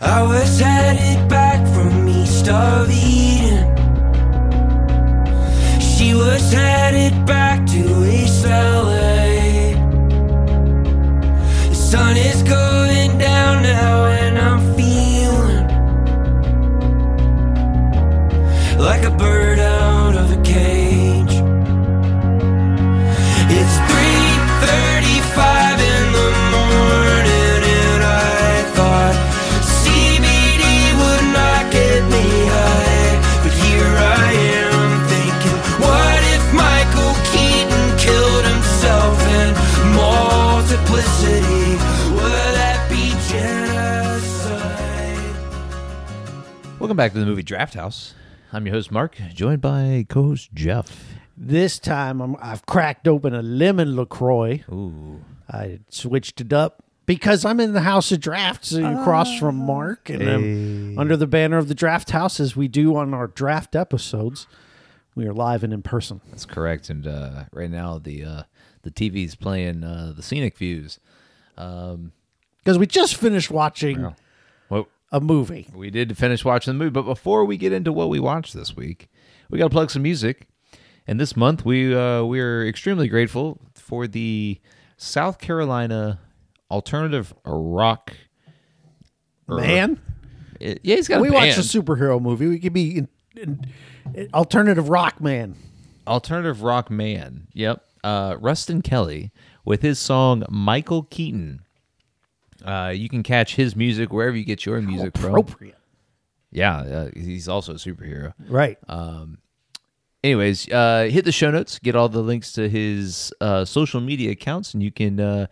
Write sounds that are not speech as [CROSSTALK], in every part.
I was headed back from east of Eden. She was headed back to East LA. The sun is going down now, and I'm feeling like a bird out of a cage. It's 3:35 in the morning and I thought CBD would not get me high but here I am thinking what if Michael Keaton killed himself in multiplicity would that be genocide Welcome back to the movie Draft House. I'm your host Mark, joined by co-host Jeff. This time I'm, I've cracked open a lemon LaCroix. Ooh, I switched it up because I'm in the house of drafts across from Mark and I'm under the banner of the draft house as we do on our draft episodes. We are live and in person. that's correct. And uh, right now the uh, the TV's playing uh, the scenic views. Because we just finished watching Well, a movie. we did finish watching the movie, but before we get into what we watched this week, we got to plug some music. And this month we uh, we are extremely grateful for the South Carolina alternative rock. Man, It- yeah, he's got we a watched a band. superhero movie. We could be in, in, in alternative rock man. alternative rock man. Yep. Uh, Rustin Kelly with his song Michael Keaton. Uh, you can catch his music wherever you get your music from. Appropriate. Yeah, uh, he's also a superhero. Right. Anyways, uh, hit the show notes, get all the links to his uh, social media accounts, and you can uh,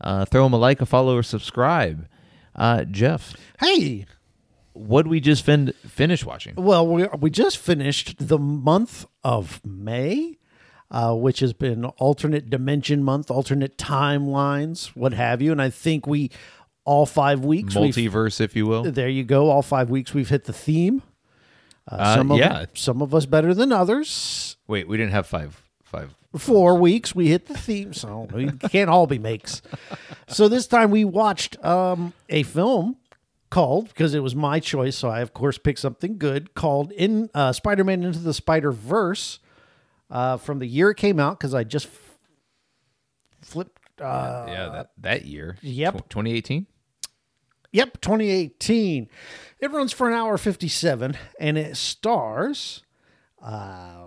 uh, throw him a like, a follow, or subscribe. Uh, Jeff, hey, what we just fin- finish watching? Well, we, we just finished the month of May, uh, which has been alternate dimension month, alternate timelines, what have you. And I think we, all five weeks, we've- Multiverse, if you will. there you go, all five weeks, we've hit the theme. Uh, some of, yeah. Some of us better than others. Wait, we didn't have five. Five. Four weeks, we hit the theme, so we can't all be makes. So this time we watched um, a film called because it was my choice, so I of course picked something good called "In uh, Spider-Man Into the Spider-Verse" uh, from the year it came out because I just f- flipped. Uh, yeah, that, that year. yep. Tw- 2018? Yep, 2018. It runs for an hour 57 and it stars uh,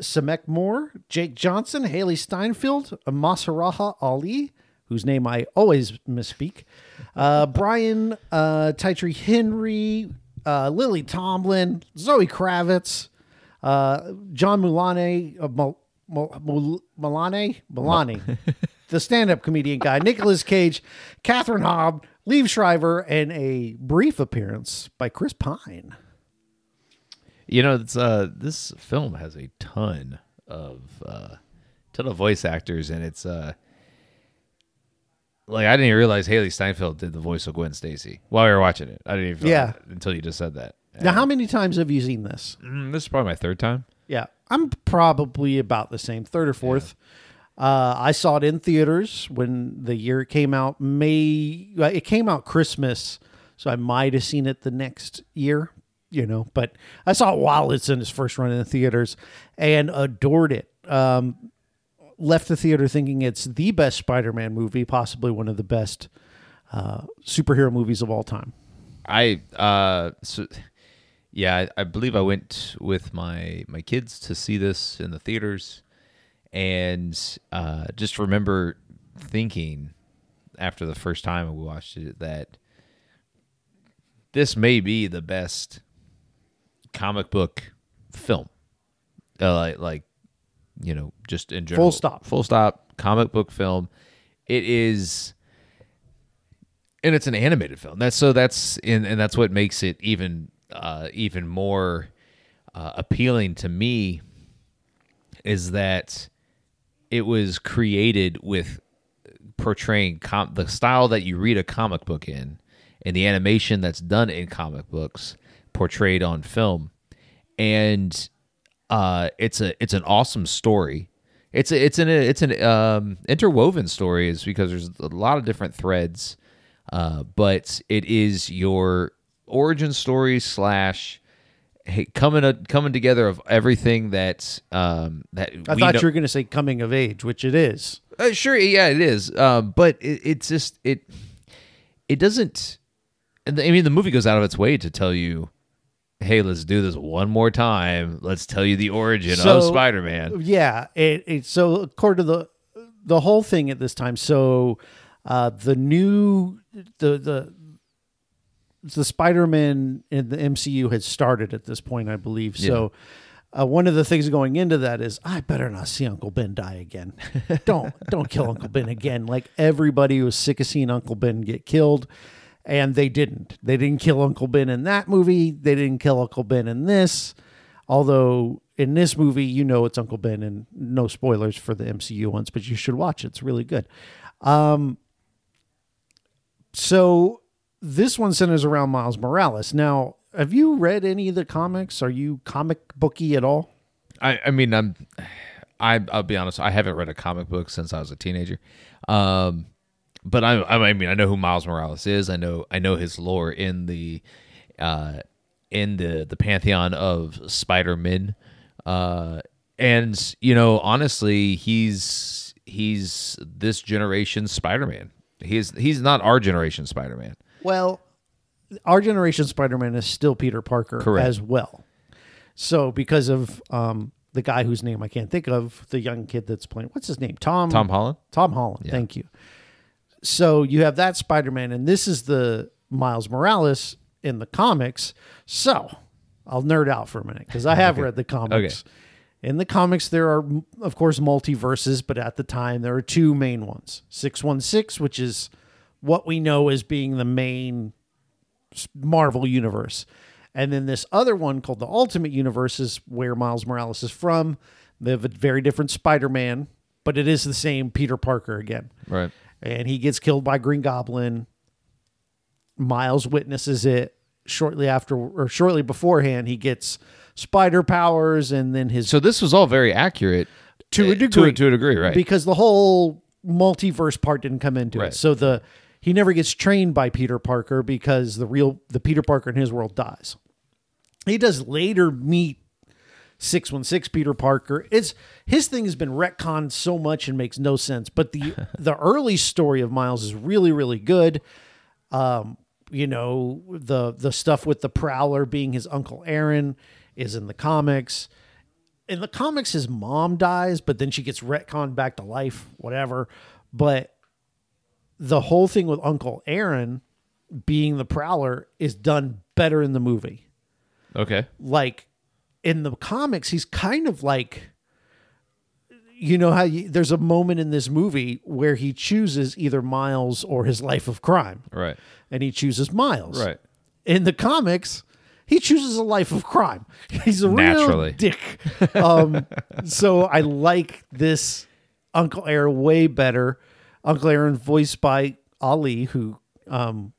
Samek Moore, Jake Johnson, Haley Steinfeld, Masaraha Ali, whose name I always misspeak, uh, Brian uh, Titri Henry, uh, Lily Tomlin, Zoe Kravitz, uh, John Mulane, uh, Mul- Mul- Mul- Mulane, Mulane, the stand-up comedian guy, Nicolas Cage, Catherine Hobb, Liev Shriver, and a brief appearance by Chris Pine. You know, it's, uh, this film has a ton of uh, ton of voice actors, and it's uh, like I didn't even realize Haley Steinfeld did the voice of Gwen Stacy while we were watching it. I didn't even Yeah. realize it until you just said that. Now, how many times have you seen this? Mm, this is probably my third time. Yeah, I'm probably about the same, third or fourth. Uh, I saw it in theaters when the year it came out. May uh, it came out Christmas, so I might have seen it the next year, you know. But I saw it while it's in its first run in the theaters, and adored it. Um, left the theater thinking it's the best Spider-Man movie, possibly one of the best uh, superhero movies of all time. I uh so, yeah, I, I believe I went with my my kids to see this in the theaters and uh just remember thinking after the first time we watched it that this may be the best comic book film. Uh, like like you know, just in general. stop. Full stop comic book film. It is and it's an animated film. That's so that's and, and that's what makes it even uh, even more uh, appealing to me is that it was created with portraying com- the style that you read a comic book in and the animation that's done in comic books portrayed on film and uh, it's a it's an awesome story. It's a, it's an it's an um, interwoven story is because there's a lot of different threads uh, but it is your origin story slash hey, coming coming together of everything that um, that I we thought know- you were going to say coming of age, which it is. uh, sure, yeah, it is. Um, but it, it's just it it doesn't. and the- I mean, the movie goes out of its way to tell you, "Hey, let's do this one more time. Let's tell you the origin So- of Spider-Man." Yeah, it, it so according to the the whole thing at this time. So uh, the new the the the Spider-Man in the MCU had started at this point, I believe. So uh, one of the things going into that is I better not see Uncle Ben die again. [LAUGHS] don't don't kill Uncle Ben again. Like everybody was sick of seeing Uncle Ben get killed. And they didn't. They didn't kill Uncle Ben in that movie. They didn't kill Uncle Ben in this. Although in this movie, you know it's Uncle Ben, and no spoilers for the MCU ones, but you should watch it. It's really good. So this one centers around Miles Morales. Now, have you read any of the comics? Are you comic booky at all? I, I mean, I'm, I, I'll be honest. I haven't read a comic book since I was a teenager. Um, but I, I mean, I know who Miles Morales is. I know, I know his lore in the, uh, in the the pantheon of Spider Men. Uh, and you know, honestly, he's he's this generation's Spider Man. He's he's not our generation Spider Man. Well, our generation Spider-Man is still Peter Parker Correct. as well. So because of um, the guy whose name I can't think of, the young kid that's playing, what's his name? Tom. Tom Holland? Tom Holland. Thank you. So you have that Spider-Man, and this is the Miles Morales in the comics. So I'll nerd out for a minute because I have read the comics. In the comics, there are, m- of course, multiverses, but at the time, there are two main ones 616, which is what we know as being the main s- Marvel universe. And then this other one called the Ultimate Universe is where Miles Morales is from. They have a very different Spider Man, but it is the same Peter Parker again. Right. And he gets killed by Green Goblin. Miles witnesses it shortly after or shortly beforehand. He gets spider powers and then his So this was all very accurate to eh, a degree. To, a degree, right? Because the whole multiverse part didn't come into Right. it. So the he never gets trained by Peter Parker because the real the Peter Parker in his world dies. He does later meet 616 Peter Parker. It's his thing has been retconned so much and makes no sense. But the the early story of Miles is really, really good. Um, you know, the the stuff with the Prowler being his uncle Aaron is in the comics in the comics his mom dies but then she gets retconned back to life whatever but the whole thing with uncle aaron being the prowler is done better in the movie okay. like in the comics he's kind of like you know how you, there's a moment in this movie where he chooses either miles or his life of crime Right. and he chooses miles Right. in the comics, he chooses a life of crime. [LAUGHS] He's a Naturally. real dick. Um, [LAUGHS] so I like this Uncle Aaron way better. Uncle Aaron, voiced by Ali, who um,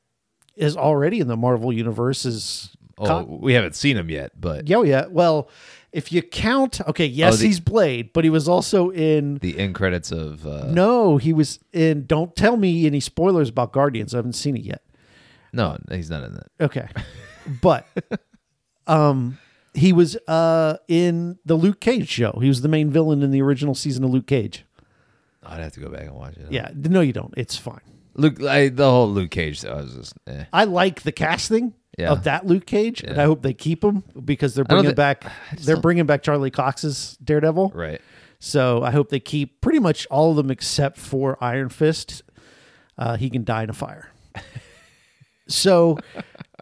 is already in the Marvel universe, is Oh, we haven't seen him yet, but yeah, oh, yeah. Well, if you count, okay, yes, Oh, the- he's Blade, but he was also in. the end credits of uh, no, No, he was in. Don't tell me any spoilers about Guardians. I haven't seen it yet. he's not in that. Okay. But um he was uh in the Luke Cage show. He was the main villain in the original season of Luke Cage. I'd have to go back and watch it. Yeah, no you don't. It's fine. Luke, I, the whole Luke Cage. I was just. Eh. I like the casting Yeah. of that Luke Cage and I hope they keep him because they're don't bringing thi- back they're bringing back Charlie Cox's Daredevil. Right. So I hope they keep pretty much all of them except for Iron Fist. Uh, he can die in [LAUGHS] a fire. so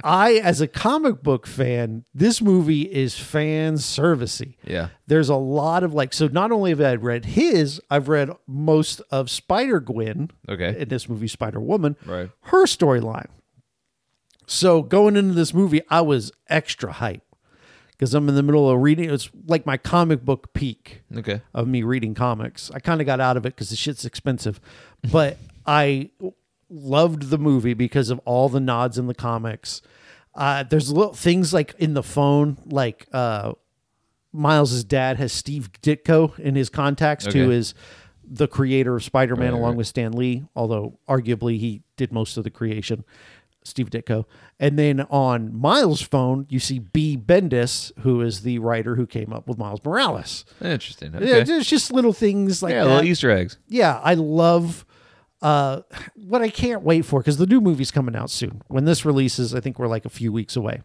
I, as a comic book fan, this movie is fan servicey. Yeah. There's a lot of like, so not only have I read his, I've read most of Spider Gwen Okay. in this movie, Spider Woman, Right. her storyline. So going into this movie, I was extra hype because I'm in the middle of reading. It's like my comic book peak Okay. of me reading comics. I kind of got out of it because the shit's expensive, but I loved the movie because of all the nods in the comics. Uh, there's little things like in the phone, like uh, Miles's dad has Steve Ditko in his contacts Okay. to his the creator of Spider Man, along with Stan Lee, although arguably he did most of the creation, Steve Ditko. And then on Miles' phone, you see B. Bendis, who is the writer who came up with Miles Morales. Interesting. Yeah, Okay. there's just little things like Yeah, that little Easter eggs. yeah, I love uh, what I can't wait for because the new movie's coming out soon. When this releases, I think we're like a few weeks away.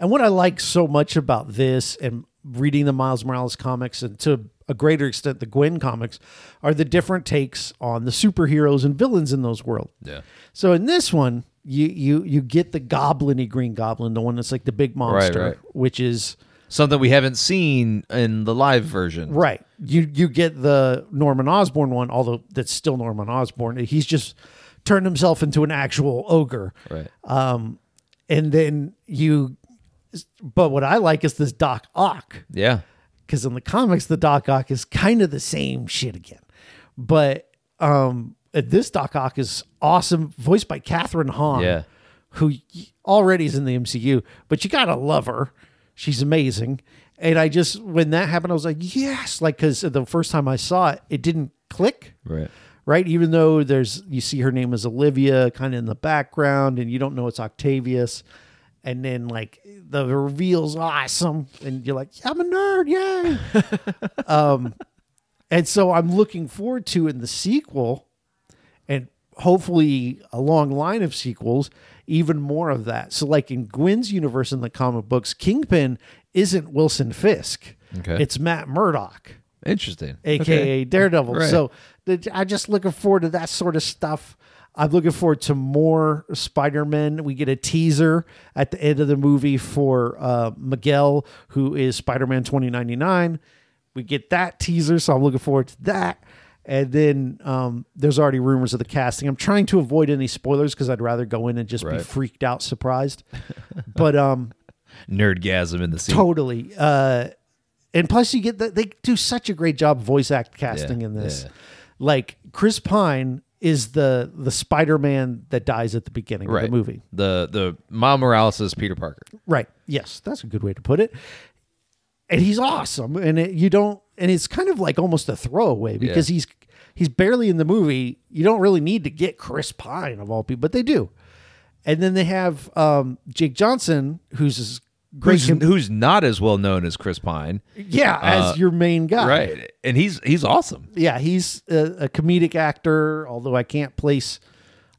And what I like so much about this and reading the Miles Morales comics and to a greater extent the Gwen comics are the different takes on the superheroes and villains in those worlds. Yeah. So in this one, you you you get the goblin-y green goblin, the one that's like the big monster, right. which is Something we haven't seen in the live version. Right. You you get the Norman Osborn one, although that's still Norman Osborn. He's just turned himself into an actual ogre. Right. Uh, And then you but what I like is this Doc Ock yeah. because in the comics the Doc Ock is kind of the same shit again, but um, this Doc Ock is awesome, voiced by Catherine Hahn, Yeah. who already is in the MCU, but you gotta love her. She's amazing, and I just when that happened, I was like, yes, like because the first time I saw it, it didn't click Right. right? Even though there's you see her name as Olivia kind of in the background and you don't know it's Octavius. And then like the reveal's awesome and you're like, I'm a nerd, yay. um and so I'm looking forward to in the sequel and hopefully a long line of sequels, even more of that. So like in Gwen's universe in the comic books, Kingpin isn't Wilson Fisk. Okay. It's Matt Murdock Interesting. aka Daredevil. Right. So the, I'm just looking forward to that sort of stuff. I'm looking forward to more Spider-Man. We get a teaser at the end of the movie for uh, Miguel, who is Spider-Man 2099. We get that teaser, so I'm looking forward to that. And then um, there's already rumors of the casting. I'm trying to avoid any spoilers because I'd rather go in and just be Right. freaked out, surprised. [LAUGHS] but um, Nerdgasm in the scene. totally uh and plus you get the, they do such a great job voice act casting Yeah, in this yeah. like chris pine is the the spider-man that dies at the beginning right. of the movie The the Miles Morales is Peter Parker. right yes that's a good way to put it and he's awesome and it, you don't and it's kind of like almost a throwaway because he's he's barely in the movie you don't really need to get chris pine of all people but they do and then they have um jake johnson who's this great Who's, com- who's not as well known as Chris Pine. yeah uh, as your main guy Right. And he's he's awesome. yeah, he's a, a comedic actor, although I can't place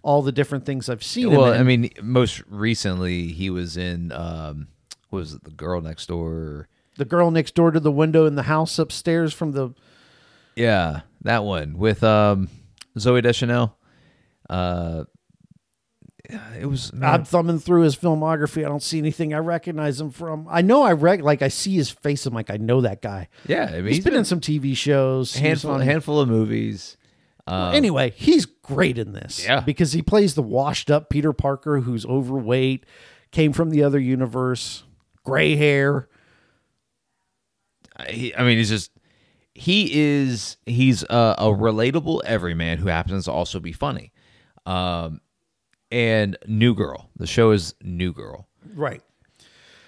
all the different things I've seen. Well, him in. I mean, most recently he was in um what was it, the girl next door? the girl next door to the window in the house upstairs from the Yeah, that one with um Zoe Deschanel. Uh it was I'm thumbing through his filmography. I don't see anything I recognize him from. I know I rec like I see his face. I'm like I know that guy. yeah, I mean, he's been, in some TV shows. a he was handful on- handful of movies. anyway, he's great in this. Yeah. because he plays the washed up Peter Parker who's overweight, came from the other universe, gray hair. I- He, I mean, he's just he is he's a, a relatable everyman who happens to also be funny. Um and New Girl. The show is New Girl. Right.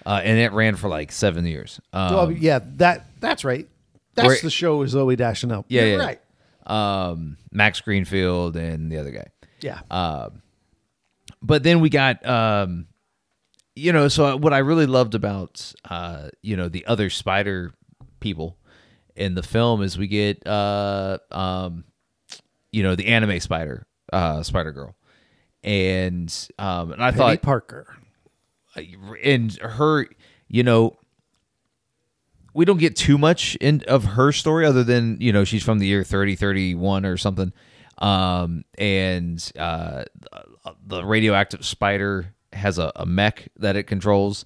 Uh, and it ran for like 7 years. Um, Well, yeah, that that's right. That's Where- the show is Zoe Dashanel. Yeah, You're yeah. right. um, Max Greenfield and the other guy. Yeah, Uh, But then we got, um, you know, so what I really loved about, uh, you know, the other spider people in the film is we get, uh, um, you know, the anime spider, uh, Spider Girl. And, um, and I Penny thought, Parker. and her, you know, we don't get too much in of her story other than you know she's from the year 3031 or something, um, and uh, the radioactive spider has a, a mech that it controls,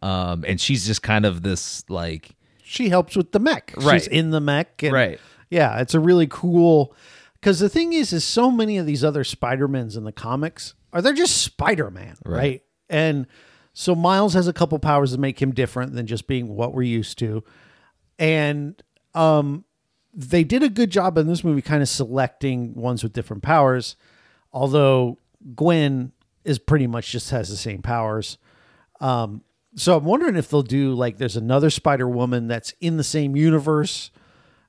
um, and she's just kind of this like She helps with the mech. Right. She's in the mech. And Right. Yeah, it's a really cool. Because the thing is, is so many of these other Spider Mans in the comics are they're just Spider Man, right. And so Miles has a couple powers that make him different than just being what we're used to, and um, they did a good job in this movie, kind of selecting ones with different powers. Although Gwen is pretty much just has the same powers. Um, So I'm wondering if they'll do like there's another Spider Woman that's in the same universe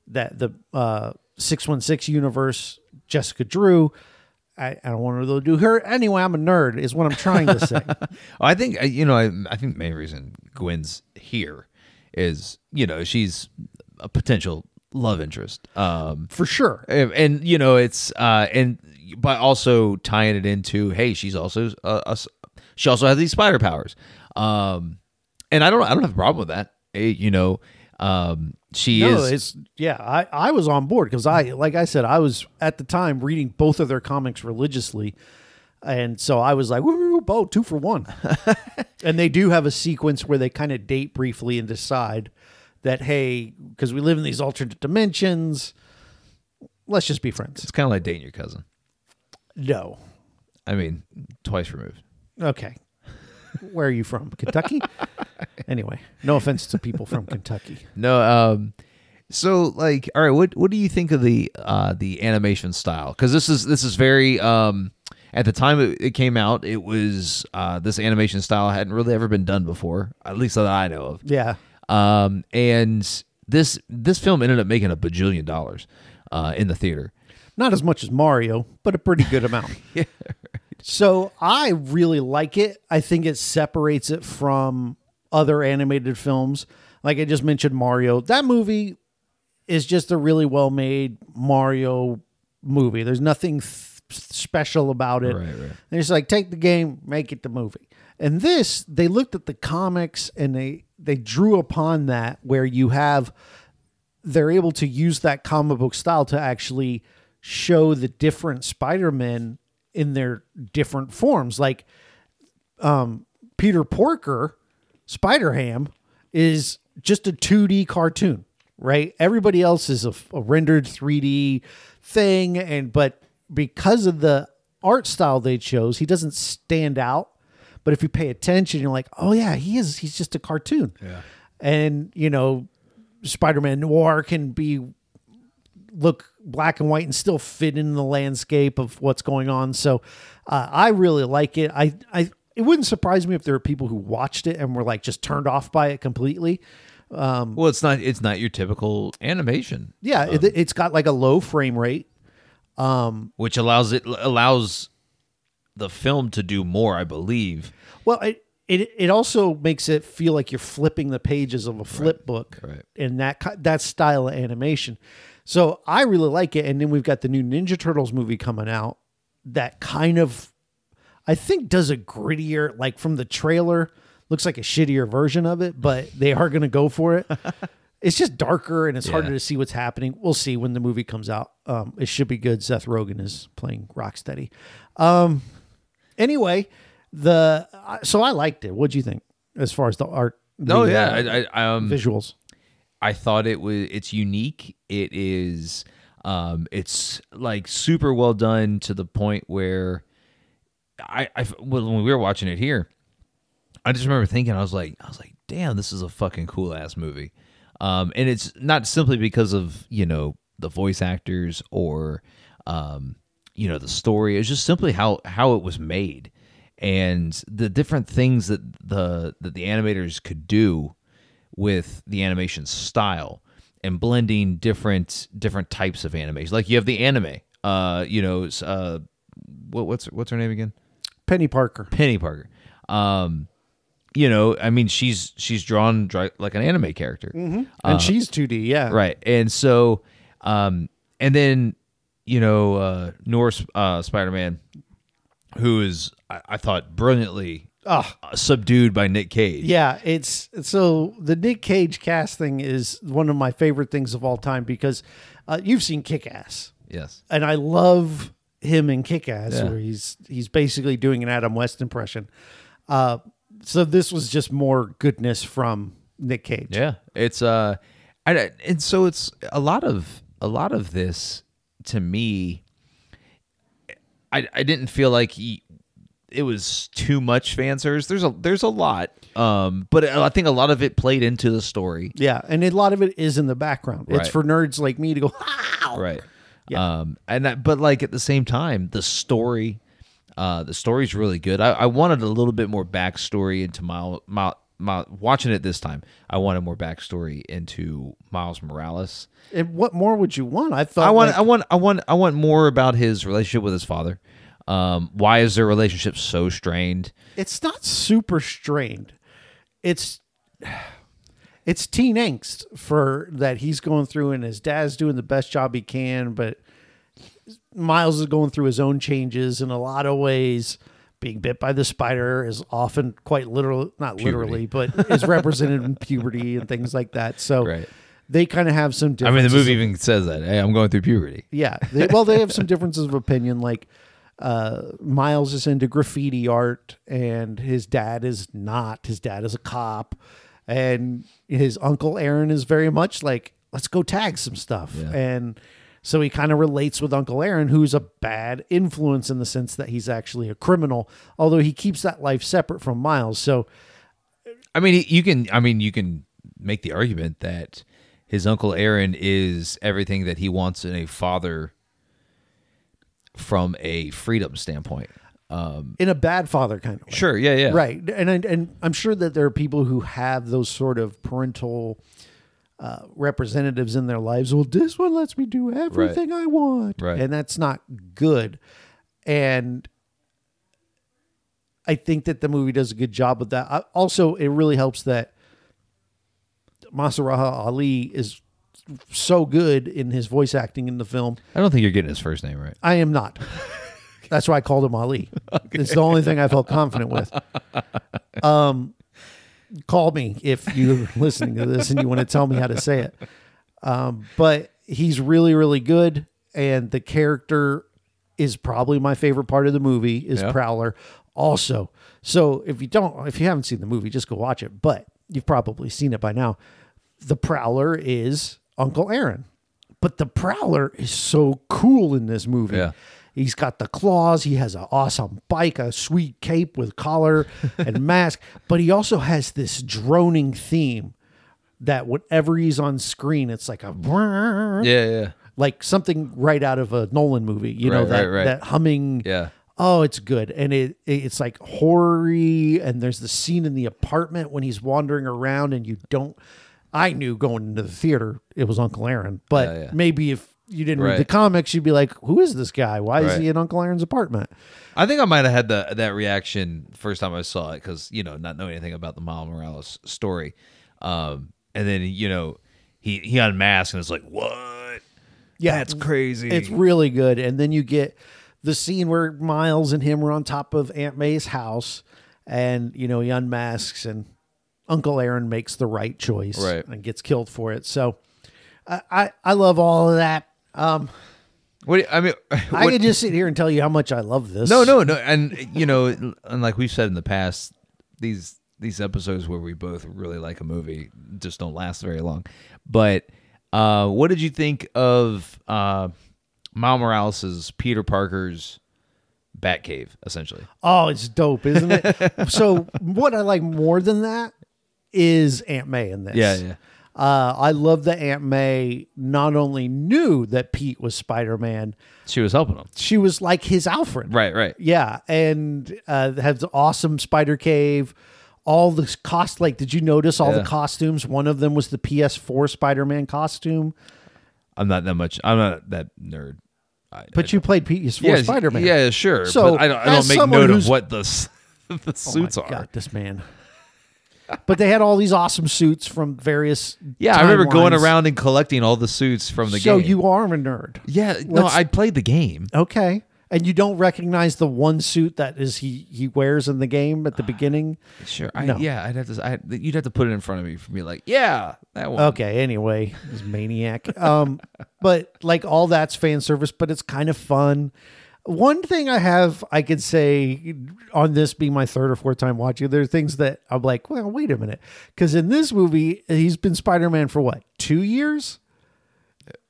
that the uh, 616 universe, Jessica Drew. I, I don't want to really do her. Anyway, I'm a nerd, is what I'm trying to [LAUGHS] say. I think uh, you know. I, I think the main reason Gwen's here is you know she's a potential love interest. Um, For sure. and, and, you know it's uh, and but also tying it into hey, she's also uh, a s- she also has these spider powers. Um, and I don't I don't have a problem with that. Eh, you know, um, she No, is it's yeah. I, I was on board because I, like I said, I was at the time reading both of their comics religiously, and so I was like, "Woo, bo, two [LAUGHS] for one." and they do have a sequence where they kind of date briefly and decide that hey, because we live in these alternate dimensions, let's just be friends. it's kind of like dating your cousin. No, I mean, twice removed. okay. Where are you from? Kentucky? anyway, no offense to people from Kentucky. No, um so like all right, what what do you think of the uh the animation style? Cuz this is this is very um at the time it, it came out, it was uh this animation style hadn't really ever been done before, at least that I know of. Yeah. Um and this this film ended up making a bajillion dollars uh in the theater. not as much as Mario, but a pretty good amount. [LAUGHS] So I really like it. I think it separates it from other animated films. Like I just mentioned, Mario. That movie is just a really well made Mario movie. There's nothing th- special about it. Right, right. They're just like take the game, make it the movie. And this, they looked at the comics and they they drew upon that where you have they're able to use that comic book style to actually show the different Spider-Men in their different forms. Like um, Peter Porker, Spider-Ham, is just a 2D cartoon, right? Everybody else is a, f- a rendered 3D thing. And but because of the art style they chose, he doesn't stand out. But if you pay attention, you're like, oh yeah, he is. He's just a cartoon. Yeah. And you know, Spider-Man Noir can be look black and white and still fit in the landscape of what's going on. So uh, I really like it. I I it wouldn't surprise me if there were people who watched it and were like just turned off by it completely. Well, it's not it's not your typical animation, Yeah, it, it's got like a low frame rate. which allows it allows the film to do more, I believe. Well, it it, it also makes it feel like you're flipping the pages of a flip book right. in that ki- that style of animation. So I really like it. And then we've got the new Ninja Turtles movie coming out that kind of I think does a grittier like from the trailer looks like a shittier version of it, but they are going to go [LAUGHS] for it. it's just darker and it's harder to see what's happening. We'll see when the movie comes out. Um, it should be good. Seth Rogen is playing Rocksteady. Um, anyway, the I- so I liked it. What'd you think as far as the art? No, the, Oh, yeah, uh, I, I um visuals. I thought it was it's unique. It is um it's like super well done to the point where I I when we were watching it here, I just remember thinking I was like I was like damn this is a fucking cool ass movie. Um and it's not simply because of, you know, the voice actors or um you know the story. It's just simply how how it was made and the different things that the that the animators could do with the animation style and blending different different types of animation. Like you have the anime, uh, you know, it's, uh, what, what's what's her name again? Penny Parker. Penny Parker. Um, you know, I mean, she's she's drawn dri- like an anime character, Uh, And she's 2D, yeah. right? And so, um, and then you know, uh, Norse uh, Spider Man, who is I, I thought brilliantly Ah. uh, subdued by Nick Cage. Yeah, it's so the Nick Cage cast thing is one of my favorite things of all time because uh, you've seen Kick Ass. Yes. and I love him in Kick Ass, Yeah. where he's he's basically doing an Adam West impression. Uh, so this was just more goodness from Nick Cage. Yeah, it's uh, I, I- and so it's a lot of a lot of this to me. I I didn't feel like he, it was too much fan service. There's a there's a lot, um, but I think a lot of it played into the story, Yeah, and a lot of it is in the background. It's Right. for nerds like me to go. [LAUGHS] Wow. right? Yeah. Um, and that, but like at the same time, the story, uh, the story's really good. I, I wanted a little bit more backstory into Mile, Mile, my, watching it this time, I wanted more backstory into Miles Morales. And what more would you want? I thought I want, like- I want, I want, I want more about his relationship with his father. Um, why is their relationship so strained? it's not super strained. It's it's teen angst for that he's going through, and his dad's doing the best job he can, but Miles is going through his own changes in a lot of ways. Being bit by the spider is often quite literal, not literally, but is represented in puberty and things like that. So Right. they kind of have some. I mean, the differences movie even says that. Hey, I'm going through puberty. yeah. They, well, they have some differences of opinion. Like uh, Miles is into graffiti art, and his dad is not. His dad is a cop, and his uncle Aaron is very much like, let's go tag some stuff. And so he kind of relates with Uncle Aaron, who's a bad influence in the sense that he's actually a criminal, although he keeps that life separate from Miles. So I mean, you can. I mean, you can make the argument that his uncle Aaron is everything that he wants in a father from a freedom standpoint. in a bad father kind of way. Sure. Yeah. Yeah. right and I, and i'm sure that there are people who have those sort of parental uh, representatives in their lives well this one lets me do everything i want Right. and that's not good and i think that the movie does a good job with that I, also it really helps that masaraha ali is so good in his voice acting in the film I don't think you're getting his first name right. I am not. That's why I called him Ali. It's the only thing I felt confident with. Um, call me if you're listening to this and you want to tell me how to say it. Um, but he's really, really good, and the character is probably my favorite part of the movie is Yeah. Prowler. Also, so if you don't, if you haven't seen the movie, just go watch it. But you've probably seen it by now. The Prowler is Uncle Aaron, but the Prowler is so cool in this movie. Yeah. He's got the claws. He has an awesome bike, a sweet cape with collar and [LAUGHS] mask. But he also has this droning theme that whenever he's on screen, it's like a Yeah. Yeah. like something right out of a Nolan movie. You know Right, that right, right. that humming. Yeah. Oh, it's good, and it it's like horror-y, and there's the scene in the apartment when he's wandering around, and you don't. I knew going into the theater it was Uncle Aaron, but Yeah, yeah. maybe if you didn't read the Right. comics, you'd be like, "Who is this guy? Why is Right. he in Uncle Aaron's apartment?" I think I might have had the, that reaction first time I saw it because you know not knowing anything about the Miles Morales story, um, and then you know he he unmasked and it's like what? Yeah, that's crazy. It's really good. And then you get the scene where Miles and him are on top of Aunt May's house and, you know, he unmasks and Uncle Aaron makes the right choice Right. and gets killed for it. So I, I, I love all of that. [LAUGHS] Um, what? do you- I mean, [LAUGHS] I what- could just sit here and tell you how much I love this. No, no, no. And you know, and like we've said in the past, these these episodes where we both really like a movie just don't last very long. But uh, what did you think of uh, Miles Morales's Peter Parker's Batcave? Essentially, Oh, it's dope, [LAUGHS] isn't it? so what I like more than that is Aunt May in this. Yeah, yeah. Uh, I love that Aunt May not only knew that Pete was Spider Man, she was helping him. she was like his Alfred. Right, right. Yeah, and uh, they have the awesome spider cave. All the cost, like, did you notice all the Yeah. costumes? One of them was the PS4 Spider-Man costume, I'm not that much. I'm not that nerd. I, but you played PS4 yeah, Spider-Man. Yeah, sure. So, So I don't. I don't as make someone note who's- of what the s- [LAUGHS] the Oh my suits are. God, this man. [LAUGHS] but they had all these awesome suits from various. Yeah, I remember going timelines. around and collecting all the suits from the So game. you are a nerd, Yeah, no, Let's- I played the game. okay? And you don't recognize the one suit that is he he wears in the [SIGHS] game at the beginning. Sure. I, No. Yeah, I'd have to. I, you'd have to put it in front of me for me. Like, yeah, that one. Okay, anyway, this maniac. Um, but like all that's fan service, but it's kind of fun. One thing I have I could say on this being my third or fourth time watching, there are things that I'm like, well, wait a minute, because in this movie he's been Spider Man for what two years?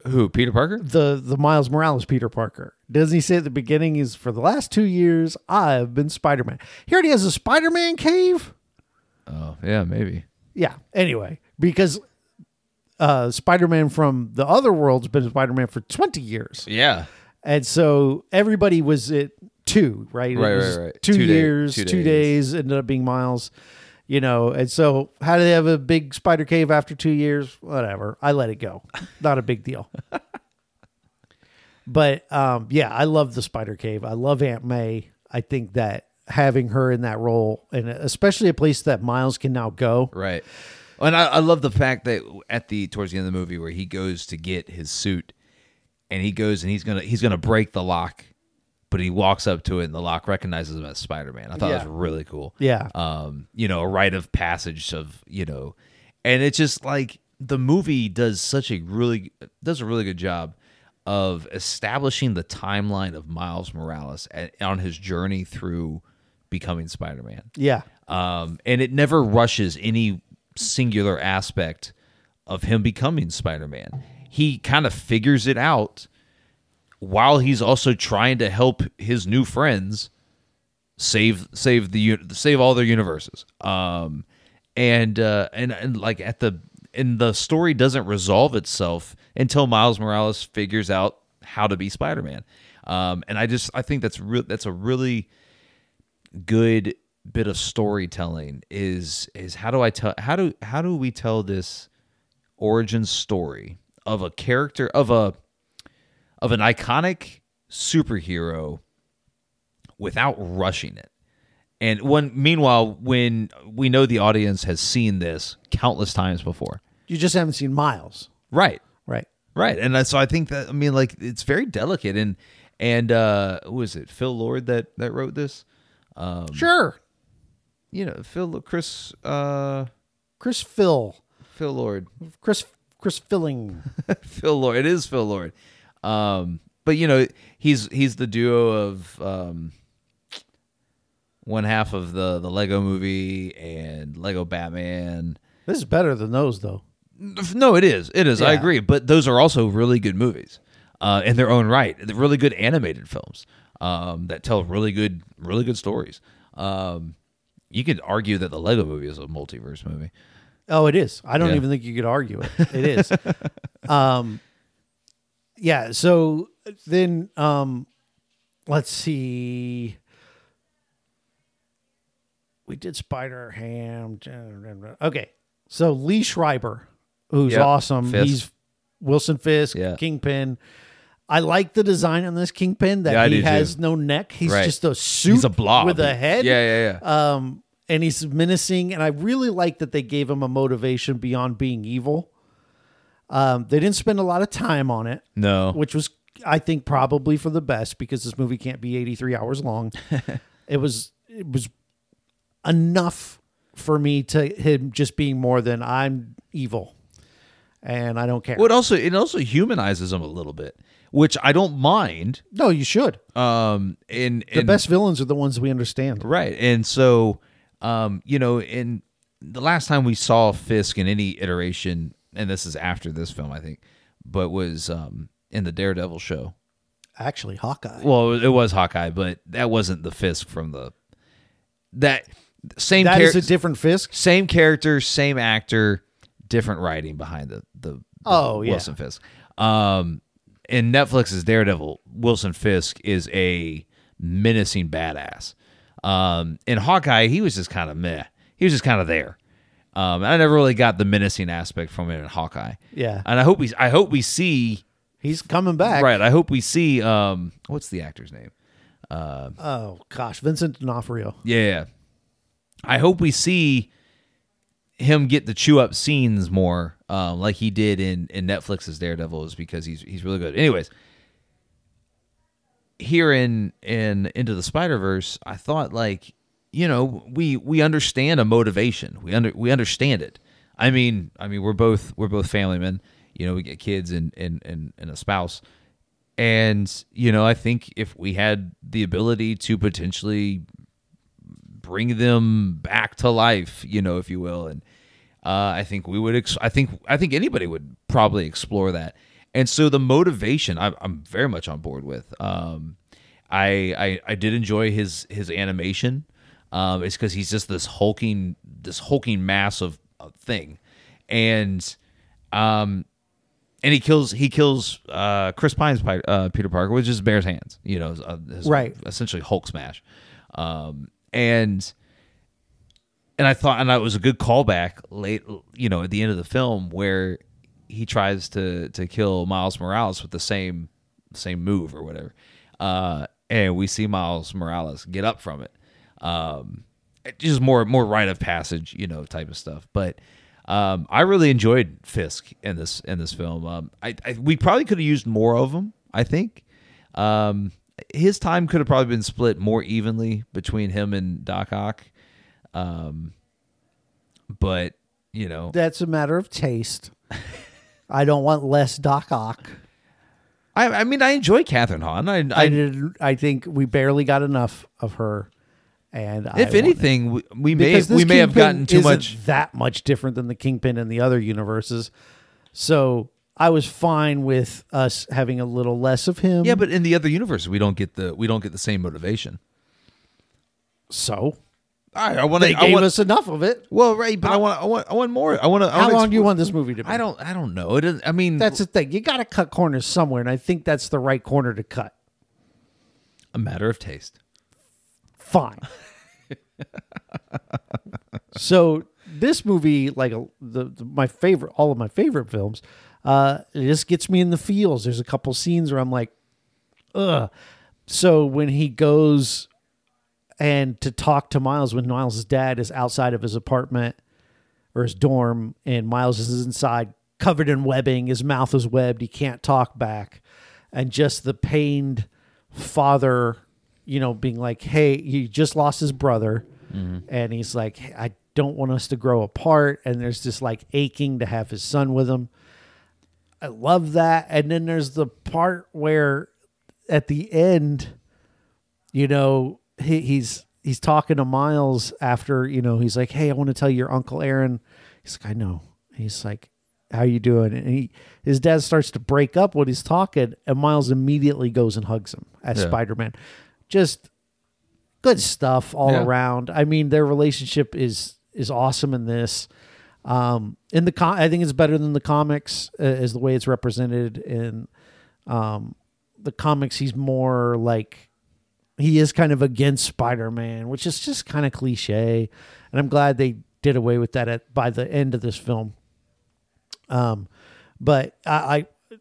Who? Peter Parker? The the Miles Morales Peter Parker doesn't he say at the beginning is for the last two years I've been Spider Man. He already has a Spider Man cave. Oh, yeah, maybe. Yeah. Anyway, because uh, Spider-Man from the other world's been Spider-Man for 20 years, Yeah. and so everybody was at two, right? It Right, right, was right. Two, Two day- years, two two days. days ended up being Miles, you know, and so how do they have a big spider cave after two years? Whatever. I let it go. Not a big deal. but um, yeah, I love the spider cave. I love Aunt May. I think that having her in that role, and especially a place that Miles can now go. Right. And I, I love the fact that at the towards the end of the movie where he goes to get his suit and he goes and he's gonna he's gonna break the lock, but he walks up to it and the lock recognizes him as Spider Man. I thought that was Yeah. really cool. Yeah. Um, you know, a rite of passage of, you know, and it's just like the movie does such a really does a really good job of establishing the timeline of Miles Morales a on his journey through becoming Spider Man Yeah. um, and it never rushes any singular aspect of him becoming Spider-Man. He kind of figures it out while he's also trying to help his new friends save save the uni- save all their universes. Um, and uh, and and like at the and the story doesn't resolve itself until Miles Morales figures out how to be Spider-Man. Um, and I just I think that's real. That's a really good bit of storytelling is is how do I tell how do how do we tell this origin story of a character of a of an iconic superhero without rushing it. And when meanwhile when we know the audience has seen this countless times before. You just haven't seen Miles. Right. Right. Right. And I- so I think that I mean like it's very delicate and and uh who is it? Phil Lord that that wrote this? Sure. You know, Phil Chris uh Chris Phil. Phil Lord. Chris Chris Filling. Phil Lord. It is Phil Lord. Um, but you know, he's he's the duo of um, one half of the the Lego movie and Lego Batman. [LAUGHS] this is better than those though. No, it is. It is. I Yeah. agree. But those are also really good movies uh, in their own right. They're really good animated films um, that tell really good, really good stories. Um, you could argue that the Lego movie is a multiverse movie. Oh, it is. I don't Yeah. even think you could [LAUGHS] argue it. It is. um, yeah. So then, um, let's see. We did Spider Ham. Okay. So Lee Schreiber, who's Yep. awesome. Fisk. He's Wilson Fisk, Yeah. Kingpin. I like the design on this Kingpin that Yeah, I he do has too. no neck. He's Right. just a suit He's a blob with a head Yeah, yeah, yeah. um, and he's menacing. And I really like that they gave him a motivation beyond being evil. Um, they didn't spend a lot of time on it, no, which was, I think, probably for the best because this movie can't be 83 [LAUGHS] hours long. it was it was enough for me to him just being more than I'm evil, and I don't care. Well, it also it also humanizes him a little bit, which I don't mind. no, you should. Um, and, The and best villains are the ones we understand. right, and so, um, you know, in the last time we saw Fisk in any iteration, and this is after this film, I think, but was um in the Daredevil show. Actually, Hawkeye. Well, it was Hawkeye, but that wasn't the Fisk from the that same That char- is a different Fisk. same character, same actor, different writing behind the the, the Oh, yeah. Wilson Fisk. Um, in Netflix's Daredevil, Wilson Fisk is a menacing badass. Um, in Hawkeye, he was just kind of meh. He was just kind of there. Um, I never really got the menacing aspect from him in Hawkeye. Yeah. and I hope we I hope we see He's coming back. right. I hope we see um, what's the actor's name? Oh gosh, Vincent D'Onofrio. Yeah. I hope we see him get the chew up scenes more, um, like he did in, in Netflix's Daredevil, is because he's he's really good. Anyways, here in in Into the Spider Verse, I thought like, you know, we we understand a motivation. We under we understand it. I mean, I mean, we're both we're both family men. You know, we get kids and and and, and a spouse. And you know, I think if we had the ability to potentially bring them back to life, you know, if you will. And uh, I think we would. Ex- I think I think anybody would probably explore that. And so the motivation, I'm, I'm very much on board with. Um, I, I I did enjoy his his animation. Um, it's because he's just this hulking this hulking mass of, of thing, and um, and he kills he kills uh, Chris Pine's pi- uh, Peter Parker with just bare hands. You know, uh, his- Right. Essentially Hulk smash, um, and and and I thought, and it was a good callback late, you know, at the end of the film where he tries to to kill Miles Morales with the same same move or whatever, uh, and we see Miles Morales get up from it. Um, it just more more rite of passage, you know, type of stuff. But um, I really enjoyed Fisk in this in this film. Um, I, I we probably could have used more of him. I think um, his time could have probably been split more evenly between him and Doc Ock. Um, but you know, That's a matter of taste. I don't want less Doc Ock. I, I mean, I enjoy Catherine Hahn. I, I, I did. I think we barely got enough of her. And I if want it. anything, we, we may Because this we may have Kingpin gotten too isn't much. that much different than the kingpin in the other universes. So I was fine with us having a little less of him. Yeah, but in the other universe, we don't get the we don't get the same motivation. so I, I want they to. I gave want. us enough of it. Well, right, but I want. I want. I want more. I want to. How long do you want this movie to be? I don't. I don't know. It. doesn't- I mean, That's the thing. You got to cut corners somewhere, and I think that's the right corner to cut. a matter of taste. Fine. so this movie, like a, the, the my favorite, all of my favorite films, uh, it just gets me in the feels. There's a couple scenes where I'm like, ugh. So when he goes and to talk to Miles when Miles' dad is outside of his apartment or his dorm and Miles is inside covered in webbing, his mouth is webbed, he can't talk back. And just the pained father, you know, being like, Hey, he just lost his brother and he's like, "Hey, I don't want us to grow apart and there's this like aching to have his son with him. I love that. And then there's the part where at the end you know he, he's he's talking to miles after you know he's like hey i want to tell your uncle aaron he's like i know he's like how you doing and he his dad starts to break up when he's talking and miles immediately goes and hugs him as Yeah. spider-man just good stuff all Yeah. around i mean their relationship is is awesome in this um in the com- i think it's better than the comics uh, is the way it's represented in um, the comics he's more like he is kind of against spider-man which is just kind of cliche and i'm glad they did away with that at by the end of this film um but i, I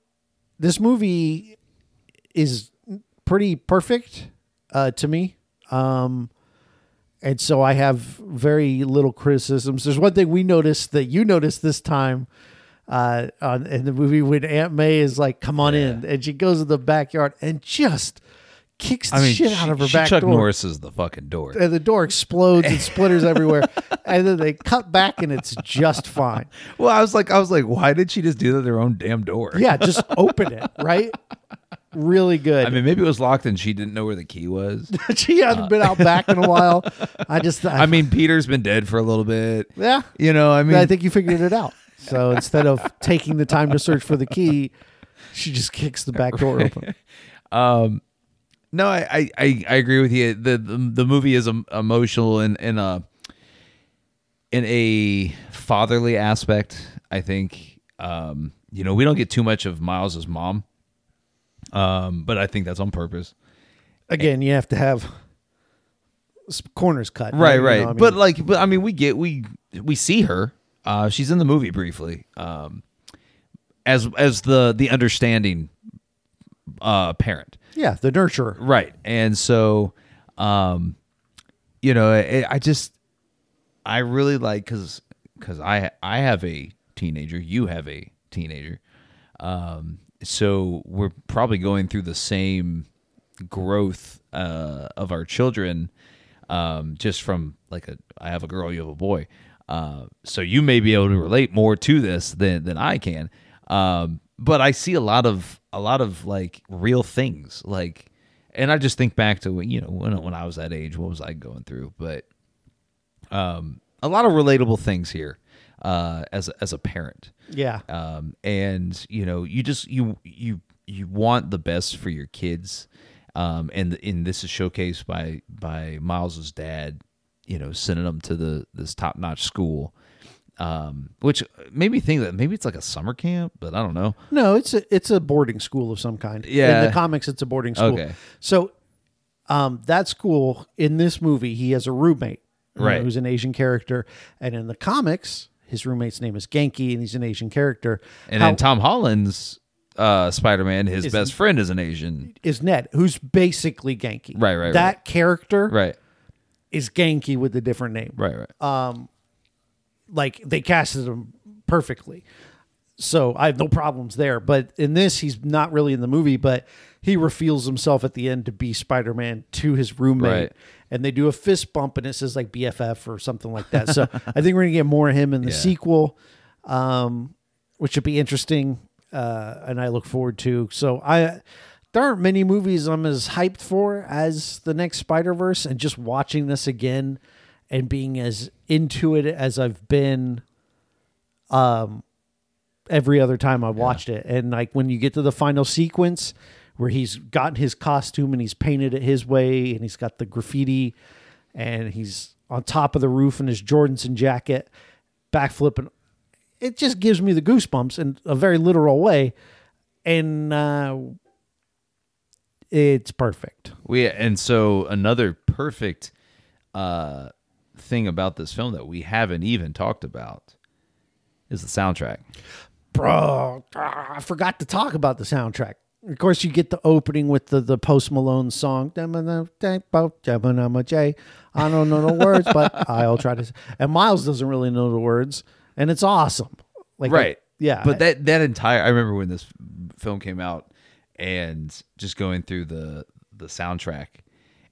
this movie is pretty perfect uh to me um and so I have very little criticisms. There's one thing we noticed that you noticed this time uh, on in the movie when Aunt May is like, "Come on in," and she goes to the backyard and just kicks the I mean, shit she- out of her she back Chuck door, Norris is the fucking door. and the door explodes and splitters everywhere. And then they cut back, and it's just fine. Well, I was like, I was like, why did she just do that to her own damn door? Yeah, just open it, right? Really good. I [LAUGHS] mean, maybe it was locked and she didn't know where the key was. she hadn't been out back in a while. I just, I, I mean, Peter's been dead for a little bit. yeah, You know, I mean, But I think you figured it out. So instead of taking the time to search for the key, she just kicks the back door open. no, I, I, I, I agree with you. The, the the movie is em- emotional and in a in a fatherly aspect. I think um, you know we don't get too much of Miles's mom, um, but I think that's on purpose. Again, you have to have s- corners cut. right You know right what I mean? but like but i mean we get we we see her uh she's in the movie briefly um as as the the understanding uh parent yeah, the nurturer. right and so um you know i i just i really like because because i i have a teenager you have a teenager um so we're probably going through the same growth uh of our children um just from like a i have a girl you have a boy uh so you may be able to relate more to this than than i can um but i see a lot of a lot of like real things like and i just think back to when you know when, when i was that age what was i going through but a lot of relatable things here uh, as a- as a parent. Yeah, Um, and you know, you just you you you want the best for your kids, um, and and this is showcased by by Miles's dad, you know, sending them to the this top notch school, um, which made me think that maybe it's like a summer camp, but I don't know. no, it's a it's a boarding school of some kind. in Yeah. the comics, it's a boarding school. Okay. So, um, that school in this movie, he has a roommate you know, Right. who's an Asian character, and in the comics, his roommate's name is Genki, and he's an Asian character. And then Tom Holland's uh, Spider Man, his best friend is an Asian. is Ned, who's basically Genki. Right, right, That character Right, is Genki with a different name. right, right. Like they casted him perfectly. So I have no problems there. But in this, he's not really in the movie, but he reveals himself at the end to be Spider Man to his roommate. Right. And they do a fist bump and it says like BFF or something like that. So I think we're going to get more of him in the sequel, um, which should be interesting. Uh, and I look forward to. So I. There aren't many movies I'm as hyped for as the next Spider Verse, and just watching this again and being as into it as I've been um, every other time I watched it. And like when you get to the final sequence where he's gotten his costume and he's painted it his way and he's got the graffiti and he's on top of the roof in his Jordans and jacket, backflipping, it just gives me the goosebumps in a very literal way. And uh, it's perfect. We and so another perfect uh, thing about this film that we haven't even talked about is the soundtrack. bro, ah, I forgot to talk about the soundtrack. Of course, you get the opening with the, the Post Malone song. "Dum-a-dum, dum-bo, dum-a-dum-a J." I don't know the words, [LAUGHS] but I'll try to. s- And Miles doesn't really know the words, and it's awesome. Like, right yeah. but that that entire i remember when this film came out and just going through the the soundtrack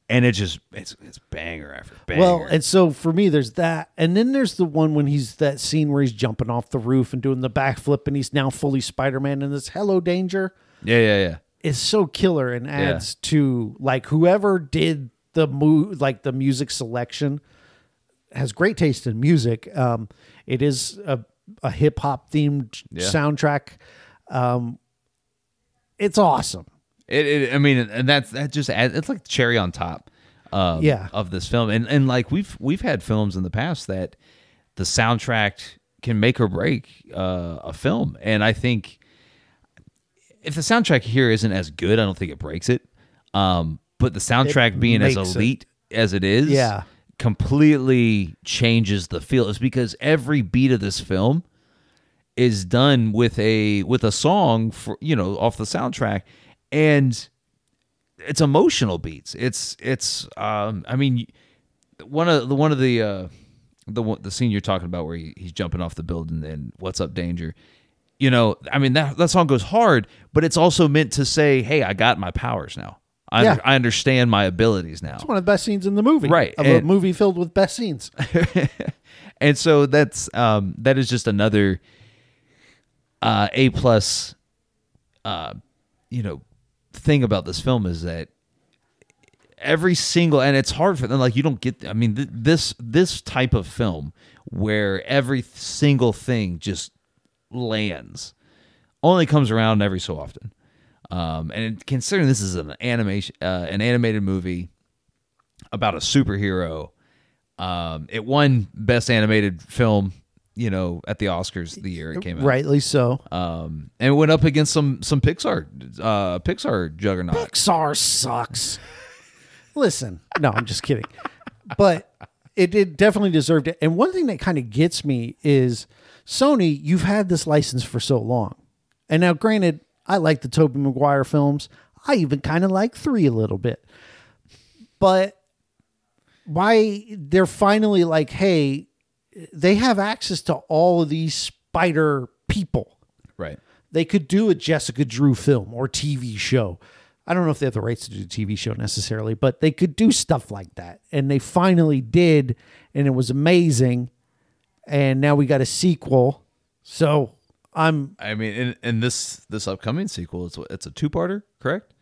and it just it's it's banger after banger well, and so for me, there's that, and then there's the one when he's that scene where he's jumping off the roof and doing the backflip, and he's now fully Spider-Man, and it's "Hello, Danger." yeah yeah yeah is so killer and adds to like whoever did the mu- like the music selection has great taste in music. Um, it is a, a hip hop themed soundtrack. Um, it's awesome. it, it i mean and that's that just add, it's like the cherry on top um, Yeah. of this film and and like we've we've had films in the past that the soundtrack can make or break uh, a film and i think if the soundtrack here isn't as good i don't think it breaks it um but the soundtrack being as makes it. elite as it is Yeah. completely changes the feel it's because every beat of this film is done with a with a song for you know off the soundtrack and it's emotional beats it's it's um i mean one of the one of the uh the one the scene you're talking about where he, he's jumping off the building and what's up danger you know i mean that that song goes hard but it's also meant to say hey i got my powers now i, Yeah. under, I understand my abilities now It's one of the best scenes in the movie. Right, Of a and- movie filled with best scenes. and so that's um that is just another uh a plus uh you know thing about this film is that every single and it's hard for them like you don't get i mean th- this this type of film where every single thing just lands only comes around every so often um and considering this is an animation uh, an animated movie about a superhero um it won best animated film you know at the oscars the year it came out Rightly so. um, and went up against some some Pixar uh, Pixar juggernaut. Pixar sucks. Listen, no, I'm just kidding. But it, it definitely deserved it. And one thing that kind of gets me is Sony, you've had this license for so long. And now, granted, I like the Tobey Maguire films. I even kind of like three a little bit. But why they're finally like, hey, they have access to all of these spider people Right. they could do a Jessica Drew film or TV show. I don't know if they have the rights to do a TV show necessarily, but they could do stuff like that. And they finally did, and it was amazing. And now we got a sequel. So I'm I mean, and, and this this upcoming sequel it's it's a two parter, correct?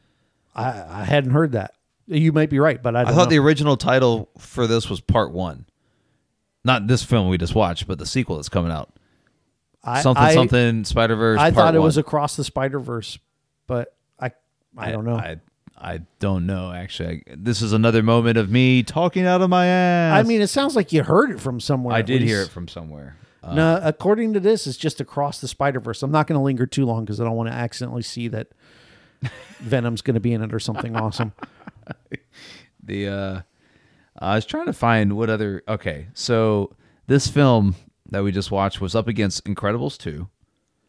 I, I hadn't heard that. You might be right, but I, I don't thought know. the original title for this was part one, not this film we just watched, but the sequel that's coming out. I- Something I- something Spider Verse. I thought it was across the Spider Verse, but I I don't know. I I don't know actually. I, this is another moment of me talking out of my ass. I mean, it sounds like you heard it from somewhere. I at did hear least. it from somewhere. no, according to this, it's just across the Spider Verse. I'm not going to linger too long because I don't want to accidentally see that [LAUGHS] [LAUGHS] Venom's going to be in it or something awesome. the uh I was trying to find what other. Okay, so this film that we just watched was up against Incredibles two,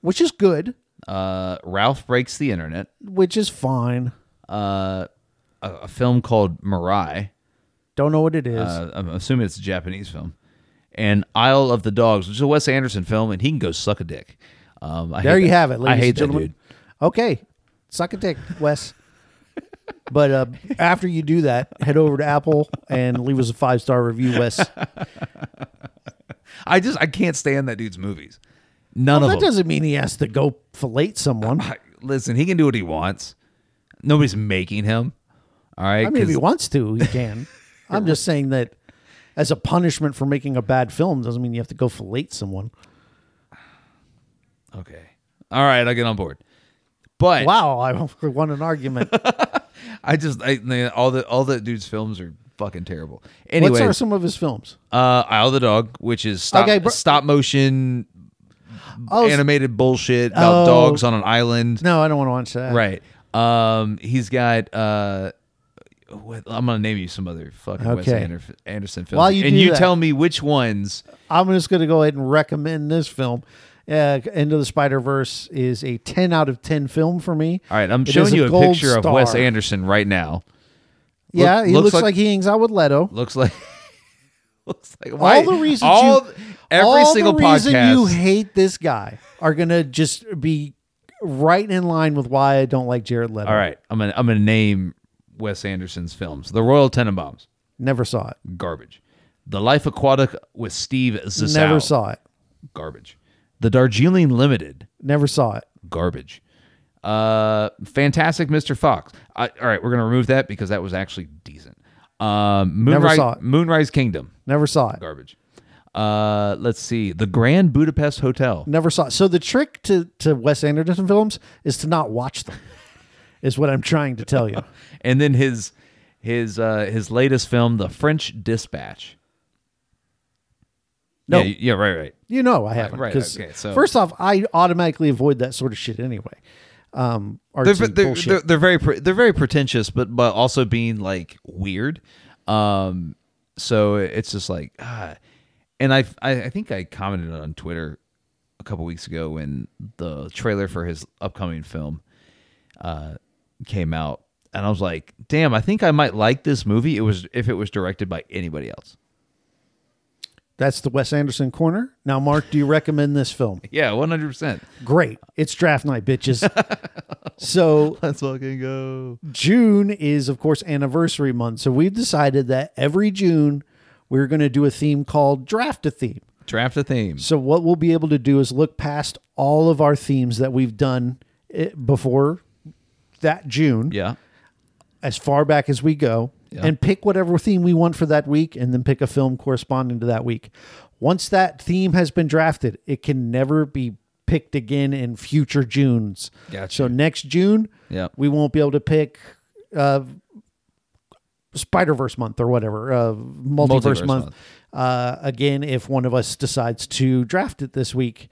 which is good, uh, Ralph breaks the internet, which is fine. uh, a, a film called Mirai. Don't know what it is. Uh, I'm assuming it's a Japanese film, and Isle of the Dogs, which is a Wes Anderson film, and he can go suck a dick. Um, I there hate you that- have it, ladies I hate and that gentlemen. dude. Okay, suck a dick, Wes. but uh, after you do that, head over to Apple and leave us a five star [LAUGHS] review, Wes. I just I can't stand that dude's movies. None Well, of that them. doesn't mean he has to go fillet someone. I Listen, he can do what he wants. Nobody's making him. All right. mean, if 'cause- he wants to, [LAUGHS] he can. I'm just saying that as a punishment for making a bad film doesn't mean you have to go fillet someone. okay. All right, I'll get on board. But Wow, I [LAUGHS] won [LAUGHS] an argument. I just I, man, all the all the dude's films are fucking terrible. What's Anyway, are some of his films? uh, Isle of the Dog, which is stop Okay, bro- stop motion Um, Oh, s- animated bullshit about Oh. dogs on an island. no, I don't want to watch that. Right. Um, he's got uh, what, I'm gonna name you some other fucking Wes Okay. Ander- Anderson films, While you and do you that- tell me which ones. I'm just going to go ahead and recommend this film. Uh, End of the Spider Verse is a 10 out of 10 film for me. All right, I'm It is showing you a gold picture of Wes star. Anderson right now. Yeah, he looks looks, like- like, he hangs out with Leto. Looks like [LAUGHS] looks like why- the reasons all you- every All single the reason podcast you hate this guy are going to just be right in line with why I don't like Jared Leto. All right, I'm gonna I'm gonna name Wes Anderson's films: The Royal Tenenbaums, Never saw it. garbage; The Life Aquatic with Steve Zissou, Never saw it. garbage; The Darjeeling Limited, Never saw it. garbage; uh, Fantastic Mr. Fox. I, all right, we're gonna remove that because that was actually decent. Um, Moonrise, saw it. Moonrise Kingdom, Never saw it. garbage. Uh, let's see, The Grand Budapest Hotel. Never saw it. So the trick to, to Wes Anderson films is to not watch them, [LAUGHS] is what I'm trying to tell [LAUGHS] you. and then his his uh his latest film the french dispatch No. yeah, yeah right right You know I haven't. right, 'cause okay, so- First off, I automatically avoid that sort of shit anyway. Um, they're, artsy they're, bullshit. they're, they're very pre- they're very pretentious but but also being like weird um so it's just like ah. and I, I i think i commented on twitter a couple weeks ago when the trailer for his upcoming film uh came out and i was like damn i think i might like this movie it was if it was directed by anybody else That's the Wes Anderson corner. Now, Mark, do you recommend this [LAUGHS] film? yeah 100% Great. It's draft night, [LAUGHS] bitches. so Let's fucking go. June is, of course, anniversary month. So we've decided that every June we're going to do a theme called draft a theme. Draft a theme. So what we'll be able to do is look past all of our themes that we've done eh, before that June. Yeah. as far back as we go Yeah. and pick whatever theme we want for that week and then pick a film corresponding to that week. Once that theme has been drafted, it can never be picked again in future Junes. Gotcha. So next June, Yeah. we won't be able to pick uh, Spider Verse month or whatever, uh, multiverse, Multiverse month, month. Uh, again if one of us decides to draft it this week.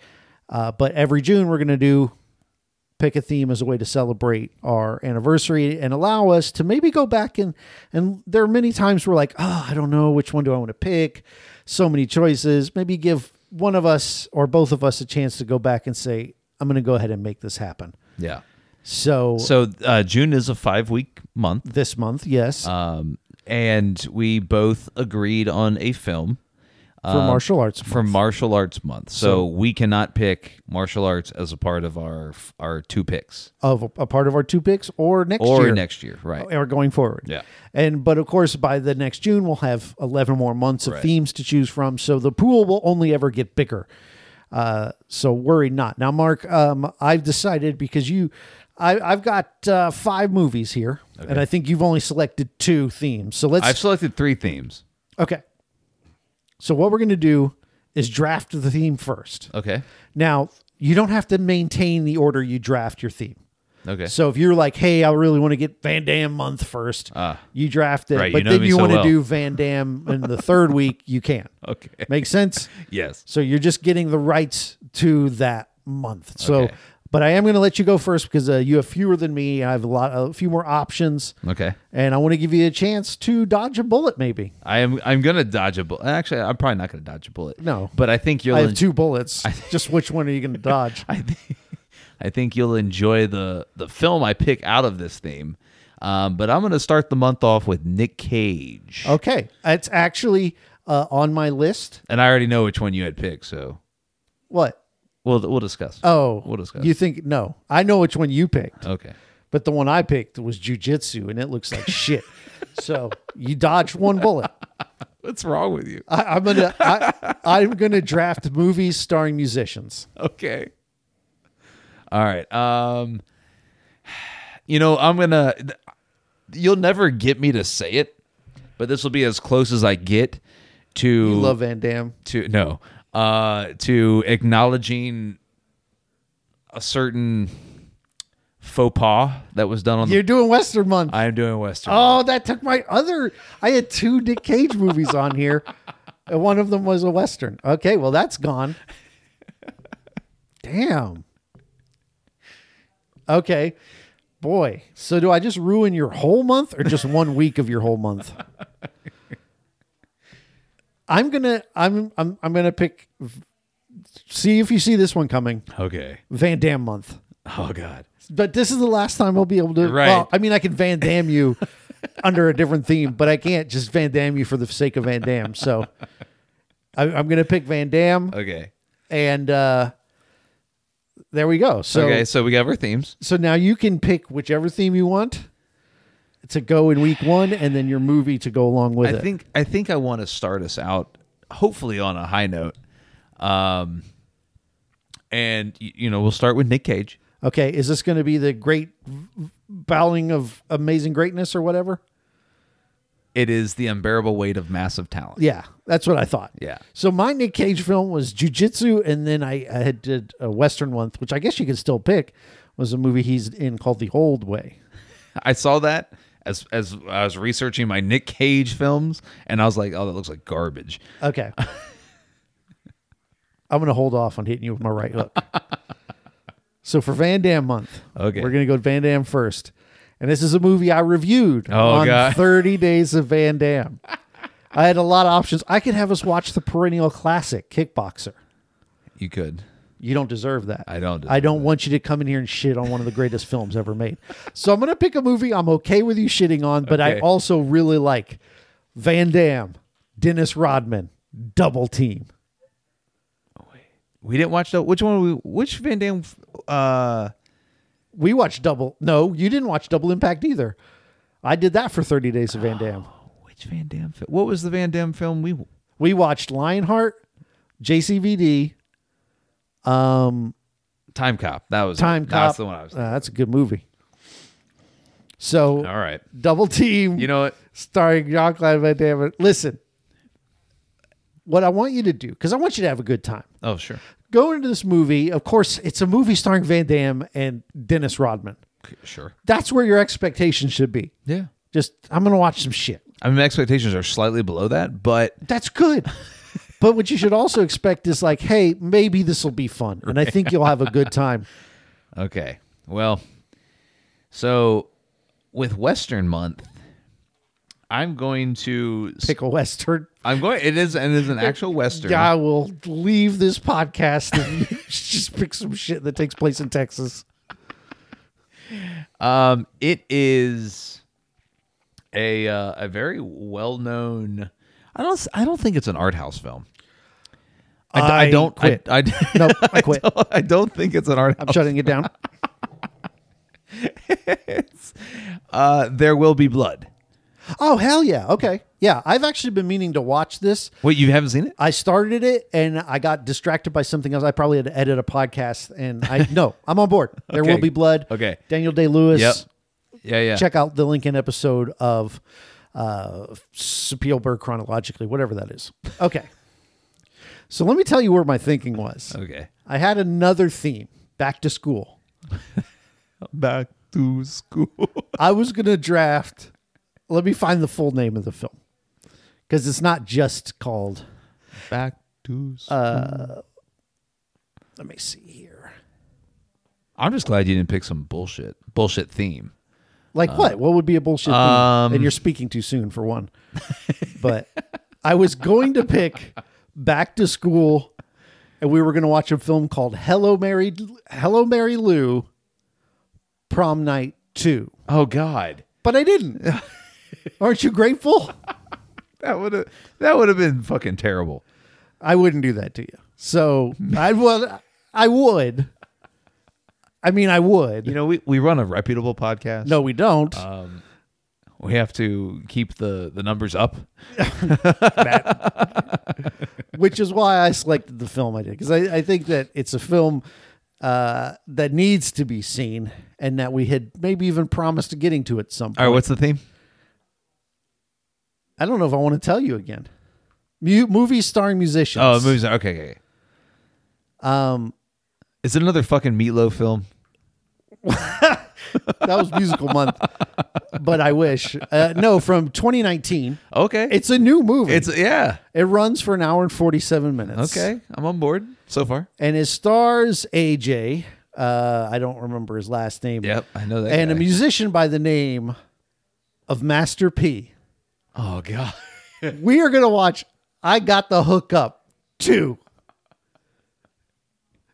Uh, but every June, we're going to do pick a theme as a way to celebrate our anniversary and allow us to maybe go back and and there are many times we're like oh i don't know which one do i want to pick so many choices maybe give one of us or both of us a chance to go back and say i'm going to go ahead and make this happen Yeah. so, So uh, June is a five week month. this month yes Um, and we both agreed on a film for martial arts um, for martial arts month. So, we cannot pick martial arts as a part of our our two picks of a part of our two picks or next or year Oh, next year. Right. or going forward. Yeah. And but of course by the next June we'll have 11 more months of Right. themes to choose from, so the pool will only ever get bigger. Uh, so worry not. Now Mark, um, I've decided because you I, I've got uh, five movies here, and I think you've only selected two themes. So let's I've selected three themes. okay. So what we're going to do is draft the theme first. Okay. Now you don't have to maintain the order you draft your theme. Okay. So if you're like, hey, I really want to get Van Dam month first, you draft it, Ah. Right, but you know then me you so want to well. do Van Dam [LAUGHS] in the third week, you can. okay. [LAUGHS] Make sense? Yes. So you're just getting the rights to that month. So Okay. But I am going to let you go first because uh, you have fewer than me. I have a lot, a few more options, Okay. and I want to give you a chance to dodge a bullet. Maybe I am. I'm gonna dodge a bullet. Actually, I'm probably not gonna dodge a bullet. No. But I think you'll. I en- have two [LAUGHS] bullets. Just which one are you going to dodge? I think. I think you'll enjoy the the film I pick out of this theme. Um, but I'm gonna start the month off with Nick Cage, Okay, it's actually uh, on my list. and I already know which one you had picked. So What? we'll we'll discuss. Oh, we'll discuss. Uh. You think no? I know which one you picked, okay. but the one I picked was jujitsu, and it looks like [LAUGHS] shit. So you dodged one bullet. What's wrong with you? I, I'm gonna I, I'm gonna draft movies starring musicians. [LAUGHS] okay. All right. Um you know, I'm going to you'll never get me to say it, but this will be as close as I get to You love Van Damme. to no, uh to acknowledging a certain faux pas that was done on You're the doing Western month. I am doing western. oh, that took my other. I had two Nick Cage movies on here, and one of them was a Western. Okay, well that's gone. Damn. Okay, boy. So do I just ruin your whole month or just one week of your whole month? I'm gonna I'm I'm I'm gonna pick. See if you see this one coming. Okay. Van Damme month. Oh god. But this is the last time I'll be able to. Right. Well, I mean, I can Van [LAUGHS] Dam you under a different theme, but I can't just Van Dam you for the sake of Van Dam. So I, I'm going to pick Van Dam, Okay. and uh, there we go. So okay, so we got our themes. so now you can pick whichever theme you want to go in week one, and then your movie to go along with I it. think I think I want to start us out hopefully on a high note. Um and y- you know, we'll start with Nick Cage. okay, is this going to be the great v- bowling of amazing greatness or whatever? It is the unbearable weight of massive talent. Yeah, that's what I thought. Yeah. So my Nick Cage film was Jujitsu, and then I, I had did a Western one, which I guess you could still pick. Was a movie he's in called The Old Way. I saw that as as I was researching my Nick Cage films and I was like, "Oh, that looks like garbage." [LAUGHS] Okay. I'm gonna hold off on hitting you with my right hook. so for Van Damme month, Okay. we're gonna go Van Damme first, and this is a movie I reviewed Oh, on [LAUGHS] God. 30 Days of Van Damme. I had a lot of options. I could have us watch the perennial classic Kickboxer. You could. You don't deserve that. I don't I don't want you to come in here and shit on one of the greatest [LAUGHS] films ever made. So I'm going to pick a movie I'm okay with you shitting on, but I Okay. also really like Van Damme, Dennis Rodman, Double Team. We didn't watch the which one we which Van Damme uh We watched Double. No, you didn't watch Double Impact either. I did that for 30 Days of Van Damme. which Van Damme film? What was the Van Damme film we We watched Lionheart, JCVD, Time Cop. That was it. Time Cop. That's the one I was. Uh, that's a good movie. So All right. Double Team. You know what? starring Jean-Claude Van Damme. Listen, what I want you to do, because I want you to have a good time. Oh, sure. Go into this movie. Of course, it's a movie starring Van Damme and Dennis Rodman. Sure. That's where your expectations should be. Yeah. Just, I'm going to watch some shit. I mean, my expectations are slightly below that, but That's good. but what you should also expect is like, hey, maybe this will be fun. And I think you'll have a good time. okay. Well, so with Western month, I'm going to Pick a Western. I'm going. It is and it is an actual Western. I will leave this podcast and [LAUGHS] just pick some shit that takes place in Texas. Um, it is a uh, a very well known. I don't. s- I don't think it's an art house film. I, d- I don't [LAUGHS] quit. I, I, Nope, I quit. don't, I don't think it's an art I'm house. shutting it down. Uh, there will be blood. Oh hell yeah! Okay, yeah. I've actually been meaning to watch this. Wait, you haven't seen it? I started it and I got distracted by something else. I probably had to edit a podcast, [LAUGHS] and I no, I'm on board. There Okay. will be blood. Okay. Daniel Day Lewis. Yeah. Yeah. Check out the Lincoln episode of uh, Spielberg chronologically, whatever that is. Okay. so let me tell you where my thinking was. Okay. I had another theme: back to school. Back to school. I was gonna draft. Let me find the full name of the film because it's not just called. [LAUGHS] Back to Let me see here. I'm just glad you didn't pick some bullshit bullshit theme. Like what? What would be a bullshit? thing? um, and you're speaking too soon for one. but I was going to pick Back to School, and we were going to watch a film called Hello Mary, Hello Mary Lou, Prom Night Two. Oh God, But [LAUGHS] I didn't. Aren't you grateful? that would have that would have been fucking terrible. I wouldn't do that to you. So I would. I would. I mean, I would. You know, uh, we, we run a reputable podcast. no, we don't. we have to keep the the numbers up. which is why I selected the film I did because I, I think that it's a film uh, that needs to be seen and that we had maybe even promised getting to at some point. All right, what's the theme? I don't know if I want to tell you again. Mu- movies starring musicians. Oh, movies. Okay, okay. okay. Um, Is it another fucking meatloaf film? that was musical month, but I wish. Uh, no, from 2019. Okay, It's a new movie. it's yeah. it runs for an hour and 47 minutes. Okay, I'm on board so far. and it stars AJ. Uh, I don't remember his last name. Yep, I know that And a guy. musician by the name of Master P. Oh God, We are gonna watch. I got the hookup two.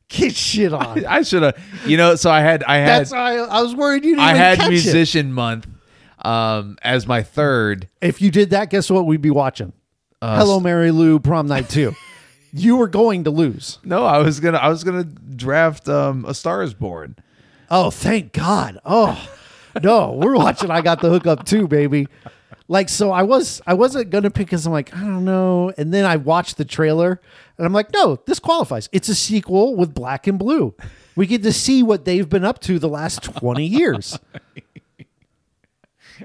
Get shit on. [LAUGHS] I should have. You know, so I had I had That's I, I was worried you didn't. I even had catch it. musician month um as my third. If you did that, guess what? We'd be watching. Uh, Hello, Mary Lou, prom night [LAUGHS] two. you were going to lose. No, I was gonna I was gonna draft um a Star is Born. Oh, thank God. Oh no, we're watching I Got the Hookup too, baby. Like so I was I wasn't gonna pick because I'm like, I don't know. And then I watched the trailer and I'm like, no, this qualifies. It's a sequel with black and blue. We get to see what they've been up to the last 20 years.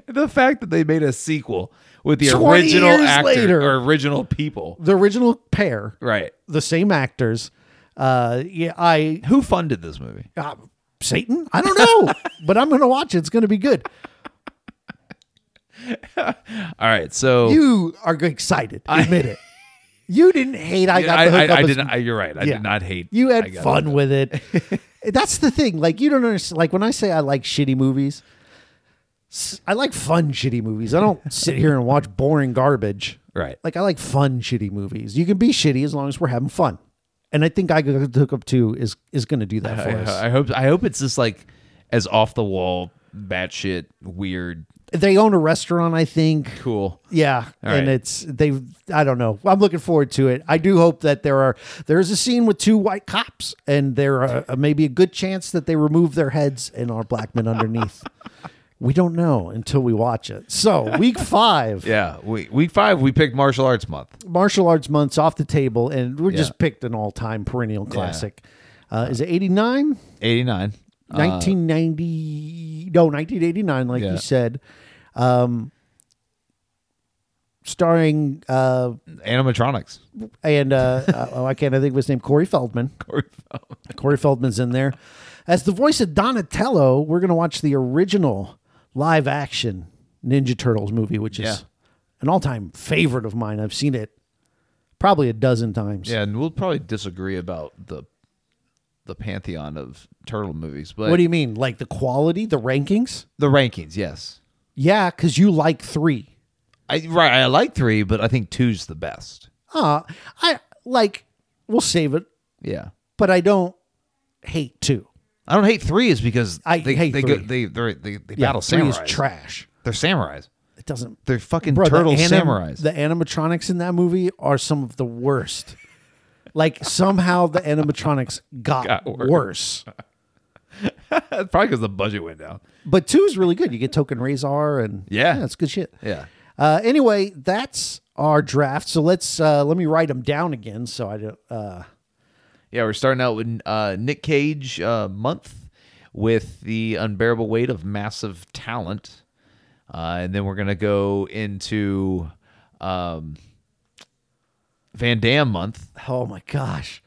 The fact that they made a sequel with the 20 original years actor later. or original people. The original pair, Right. the same actors. Uh yeah, I Who funded this movie? uh, Satan? I don't know, but I'm gonna watch it. It's gonna be good. All right, so You are excited. Admit it. You didn't hate I got I, the hookup I, I as did not, I- you're right. I Yeah. did not hate. You I had got fun it. with it. [LAUGHS] That's the thing. Like you don't understand. Like when I say I like shitty movies, s- I like fun shitty movies. I don't sit here and watch boring garbage. Right. Like I like fun shitty movies. You can be shitty as long as we're having fun. And I think I Got the Hookup Two is is going to [LAUGHS] do that for us. I, I hope I hope it's just like as off the wall, batshit, weird, they own a restaurant, I think. cool. Yeah, right. and it's they. I don't know. I'm looking forward to it. I do hope that there are there is a scene with two white cops, and there are uh, maybe a good chance that they remove their heads and are black men underneath. [LAUGHS] We don't know until we watch it. [LAUGHS] So week five, Yeah. We, week five, we picked martial arts month. martial arts months off the table, and we just Yeah. picked an all time perennial classic. Uh, is it 89? Eighty nine. 1990 no 1989 like Uh, Yeah. you said um starring uh animatronics. and uh, [LAUGHS] uh, oh, I can't I think of his name, Corey Feldman. Corey Feldman. Corey Feldman's in there. As the voice of Donatello, we're going to watch the original live action Ninja Turtles movie, which is Yeah. an all time favorite of mine. I've seen it probably a dozen times. Yeah, and we'll probably disagree about the the pantheon of turtle movies, but What do you mean? Like the quality, the rankings? the rankings, yes. Yeah, because you like three. I right, I like three, but I think two's the best. Uh, I like, we'll save it, Yeah, but I don't hate two. I don't hate three is because I they, hate they three. Go, they they're- they they Yeah, battle three samurais. is trash. they're samurais. It doesn't They're fucking Bro, the turtle anim- samurais. The animatronics in that movie are some of the worst. like somehow the animatronics got, Got worse. worse. That's probably because the budget went down. But two is really good. You get Token Razor and Yeah. that's good shit. Yeah, Uh, anyway, that's our draft. So let's uh, let me write them down again. So I don't. Uh, yeah. We're starting out with uh, Nick Cage uh, month with the unbearable weight of massive talent, uh, and then we're gonna go into um, Van Damme month. oh my gosh.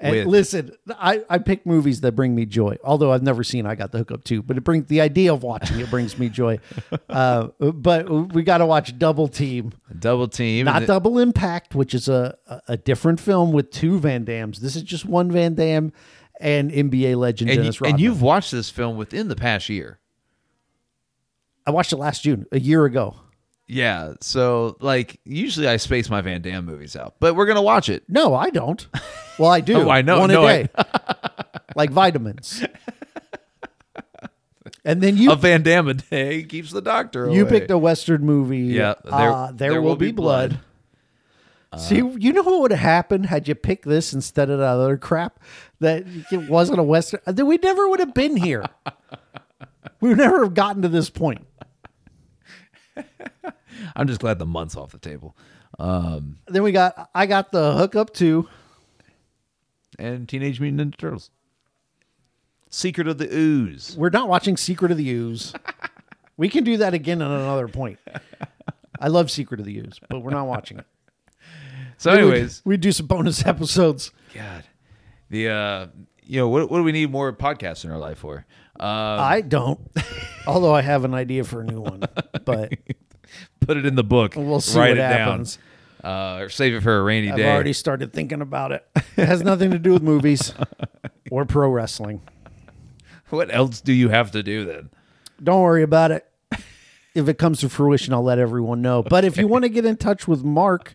And With- listen, I, I pick movies that bring me joy. Although I've never seen I Got the Hookup too, but it brings the idea of watching it brings me joy. [LAUGHS] uh, but we got to watch Double Team. Double team. not and it- Double Impact, which is a, a a different film with two Van Dams. This is just one Van Dam, and NBA legend And, Dennis you, Rodman. and you've watched this film within the past year. I watched it last June, a year ago. Yeah. So like usually I space my Van Damme movies out, but we're gonna watch it. No, I don't. [LAUGHS] Well, I do. Oh, I know. One No, a I- [LAUGHS] day. like vitamins. And then you A Van Damme a day keeps the doctor away. you picked a western movie. Yeah, There, There- there, will, be blood. Uh, See, you know what would have happened had you picked this instead of that other crap that it wasn't a western. Then we never would have been [LAUGHS] here. we would never have gotten to this point. I'm just glad the month's off the table. Then we got I got the hookup to And Teenage Mutant Ninja Turtles. Secret of the Ooze. we're not watching Secret of the [LAUGHS] Ooze. we can do that again at another point. I love Secret of the Ooze, but we're not watching [LAUGHS] it. So, Maybe we'd- anyways, we'd, do some bonus episodes. God, the uh, you know what? What do we need more podcasts in our life for? Uh, I don't, although I have an idea for a new one, but put it in the book. we'll see Write what it happens. down. Uh, or save it for a rainy I've day. already started thinking about it. It has nothing to do with movies or pro wrestling. What else do you have to do then? Don't worry about it. If it comes to fruition, I'll let everyone know. But if you want to get in touch with Mark,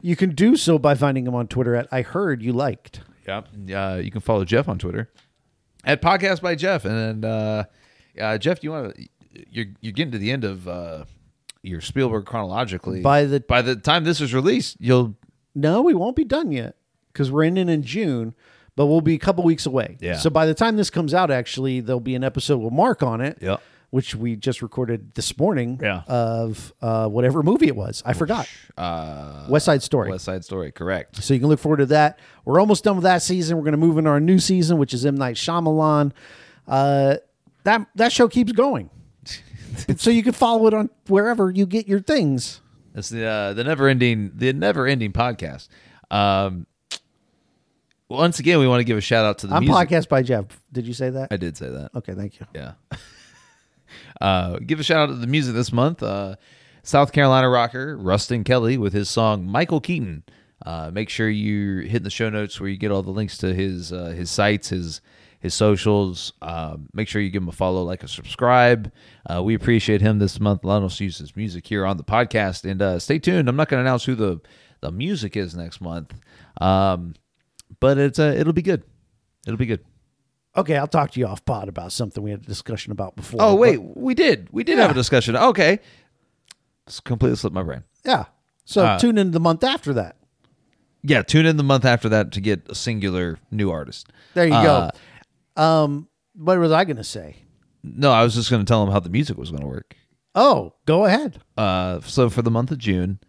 you can do so by finding him on Twitter at I heard you liked. Yeah. Uh, you can follow Jeff on Twitter at podcast by Jeff. And then, uh, uh, Jeff, do you want to? You're you're getting to the end of uh, your Spielberg chronologically. By the- by the time this is released, you'll No, we won't be done yet because we're ending in June, but we'll be a couple weeks away. Yeah. So by the time this comes out, actually, there'll be an episode with Mark on it. Yep. Which we just recorded this morning. Yeah. Of uh, whatever movie it was, I forgot. uh, West Side Story. West Side Story. Correct. So you can look forward to that. We're almost done with that season. We're going to move into our new season, which is M Night Shyamalan. Uh, that that show [LAUGHS] keeps going. so you can follow it on wherever you get your things. It's the uh, the never ending the never ending podcast. Um, once again, we want to give a shout out to the I'm music. podcast by Jeff. Did you say that? I did say that. okay, thank you. Yeah. [LAUGHS] uh, give a shout out to the music this month. Uh, South Carolina rocker Rustin Kelly with his song Michael Keaton. Uh, make sure you hit the show notes where you get all the links to his uh, his sites, his his socials. Um, make sure you give him a follow, like a subscribe. Uh, we appreciate him this month. Lionel's used his music here on the podcast, and uh, stay tuned. I'm not going to announce who the the music is next month, um, but it's uh, it'll be good. It'll be good. Okay, I'll talk to you off pod about something we had a discussion about before. Oh but- wait, we did. We did have Yeah. a discussion. Okay, it's completely slipped my brain. yeah. So Uh. tune in the month after that. Yeah, tune in the month after that to get a singular new artist. There you Uh, go. Um, what was I going to say? No, I was just going to tell them how the music was going to work. Oh, go ahead. Uh, so for the month of June,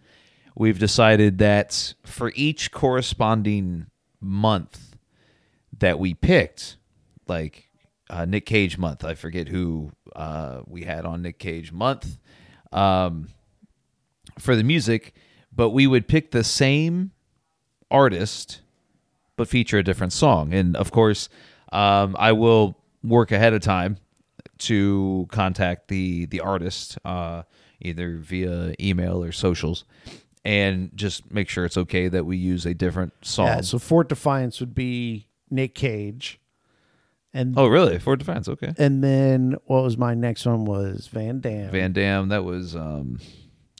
we've decided that for each corresponding month that we picked, like uh, Nick Cage month, I forget who uh, we had on Nick Cage month um, for the music, but we would pick the same artist but feature a different song. And of course, um, I will work ahead of time to contact the the artist uh, either via email or socials, and just make sure it's okay that we use a different song. Yeah, so Fort Defiance would be Nick Cage, and oh, really? For defense, okay. and then what was my next one was Van Damme. Van Damme. That was. Um,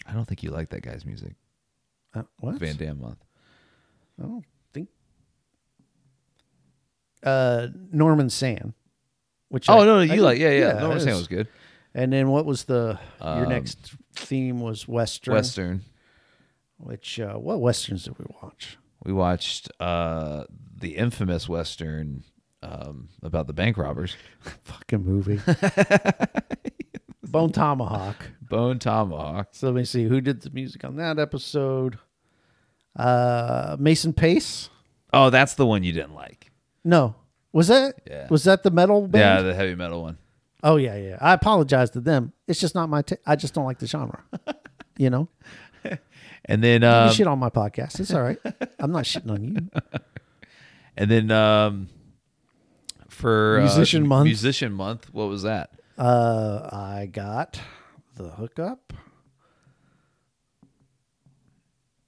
I don't think you like that guy's music. Uh, what? Van Damme month. I don't think. Uh, Norman Sand. Which Oh no, I- no I you did- like yeah yeah. it no, I'm saying it is. was good. Um, And then what was the your next theme was Western. Western. Which uh, what westerns did we watch? We watched uh, the infamous Western um, about the bank robbers. [LAUGHS] Fucking movie. Bone Tomahawk. Bone Tomahawk. So let me see who did the music on that episode. Uh, Mason Pace. Oh, that's the one you didn't like. No, was that Yeah. was that the metal Yeah, band? the heavy metal one. oh yeah, yeah. I apologize to them. It's just not my. ta- I just don't like [LAUGHS] the genre. you know, And then you um, shit on my podcast. It's all right. I'm not shitting on you. and then um, for uh, Musician month. Musician month. What was that? Uh, I got the hookup,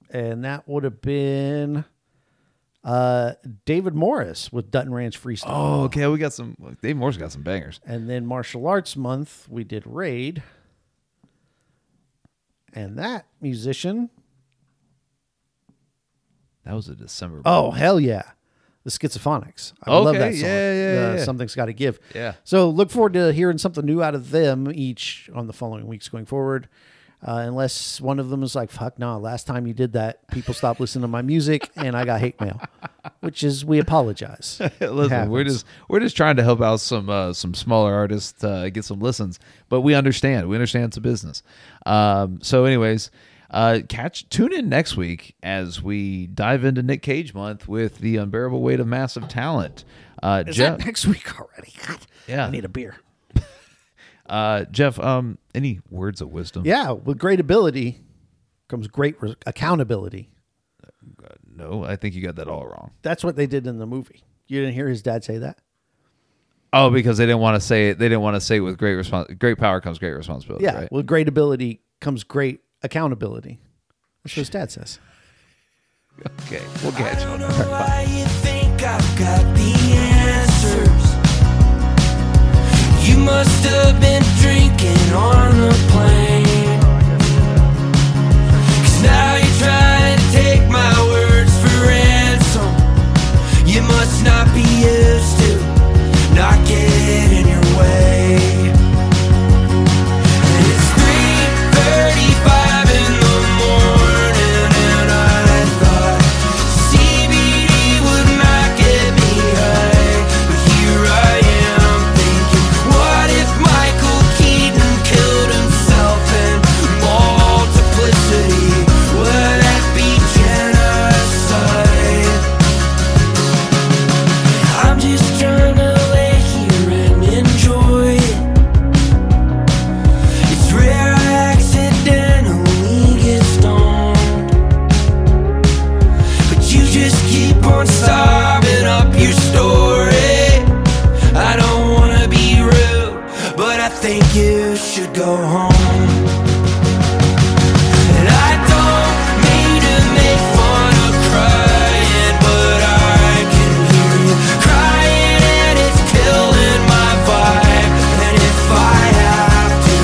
and that would have been uh, David Morris with Dutton Ranch Freestyle. Oh, okay. We got some. look, Dave Moore's got some bangers. And then Martial Arts Month, we did Raid. And that musician, That was a December. oh, hell yeah, the Schizophonics. I love Okay, that song. yeah, yeah, The yeah. Something's Gotta Give. Yeah. So look forward to hearing something new out of them each on the following weeks going forward. Uh, unless one of them is like, fuck, nah, last time you did that, people stopped listening to my music and I got hate mail, [LAUGHS] which is, [LAUGHS] we apologize. Listen, we're happens. just we're just trying to help out some uh, some smaller artists uh, get some listens, but we understand we understand it's a business. Um, so, anyways, uh, catch tune in next week as we dive into Nick Cage month with the unbearable weight of massive talent. Uh, Is Jeff, that next week already? God, Yeah. I need a beer. uh, Jeff, um, any words of wisdom? Yeah, with great ability comes great re- accountability. No, I think you got that all wrong. That's what they did in the movie. You didn't hear his dad say that? Oh, because they didn't want to say it. They didn't want to say with great respons- great power comes great responsibility. Yeah, right? with great ability comes great accountability. That's what his dad says. okay, we'll catch you. I don't know why you think I've got the answers. You must have been drinking on the plane. 'Cause now you're trying to take my words for ransom. You must not be used to not getting your way. And it's 3:35 in the morning, and I thought CBD would not get me high, but here I am thinking, what if Michael Keaton killed himself in multiplicity? Would that be genocide? I'm just trying to lay here and enjoy it. It's rare I accidentally get stoned. But you just keep on starving up your story. I don't wanna be rude, but I think you should go home. And I don't mean to make fun of crying, but I can hear you crying, and it's killing my vibe. And if I have to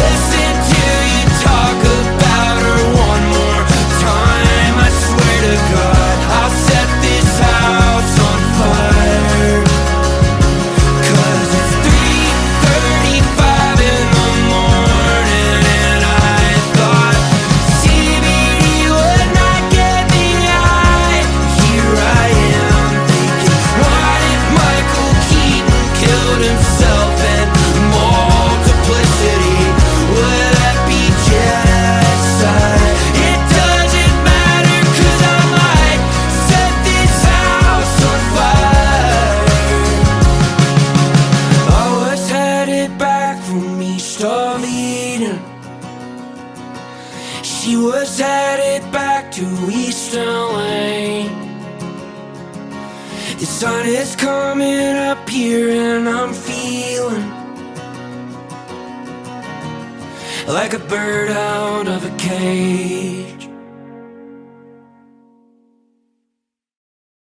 listen to you talk about her one more time, I swear to God, I'll set this house on fire. 'Cause it's 3:35 in the morning, and I thought CBD would not get me high. Here I am thinking, what if Michael Keaton killed himself in multiplicity? Would that be genocide? It doesn't matter 'cause I might set this house on fire. I was headed back from East of Eden. She was headed back to Eastern Lane. The sun is coming up here, and I'm feeling like a bird out of a cage.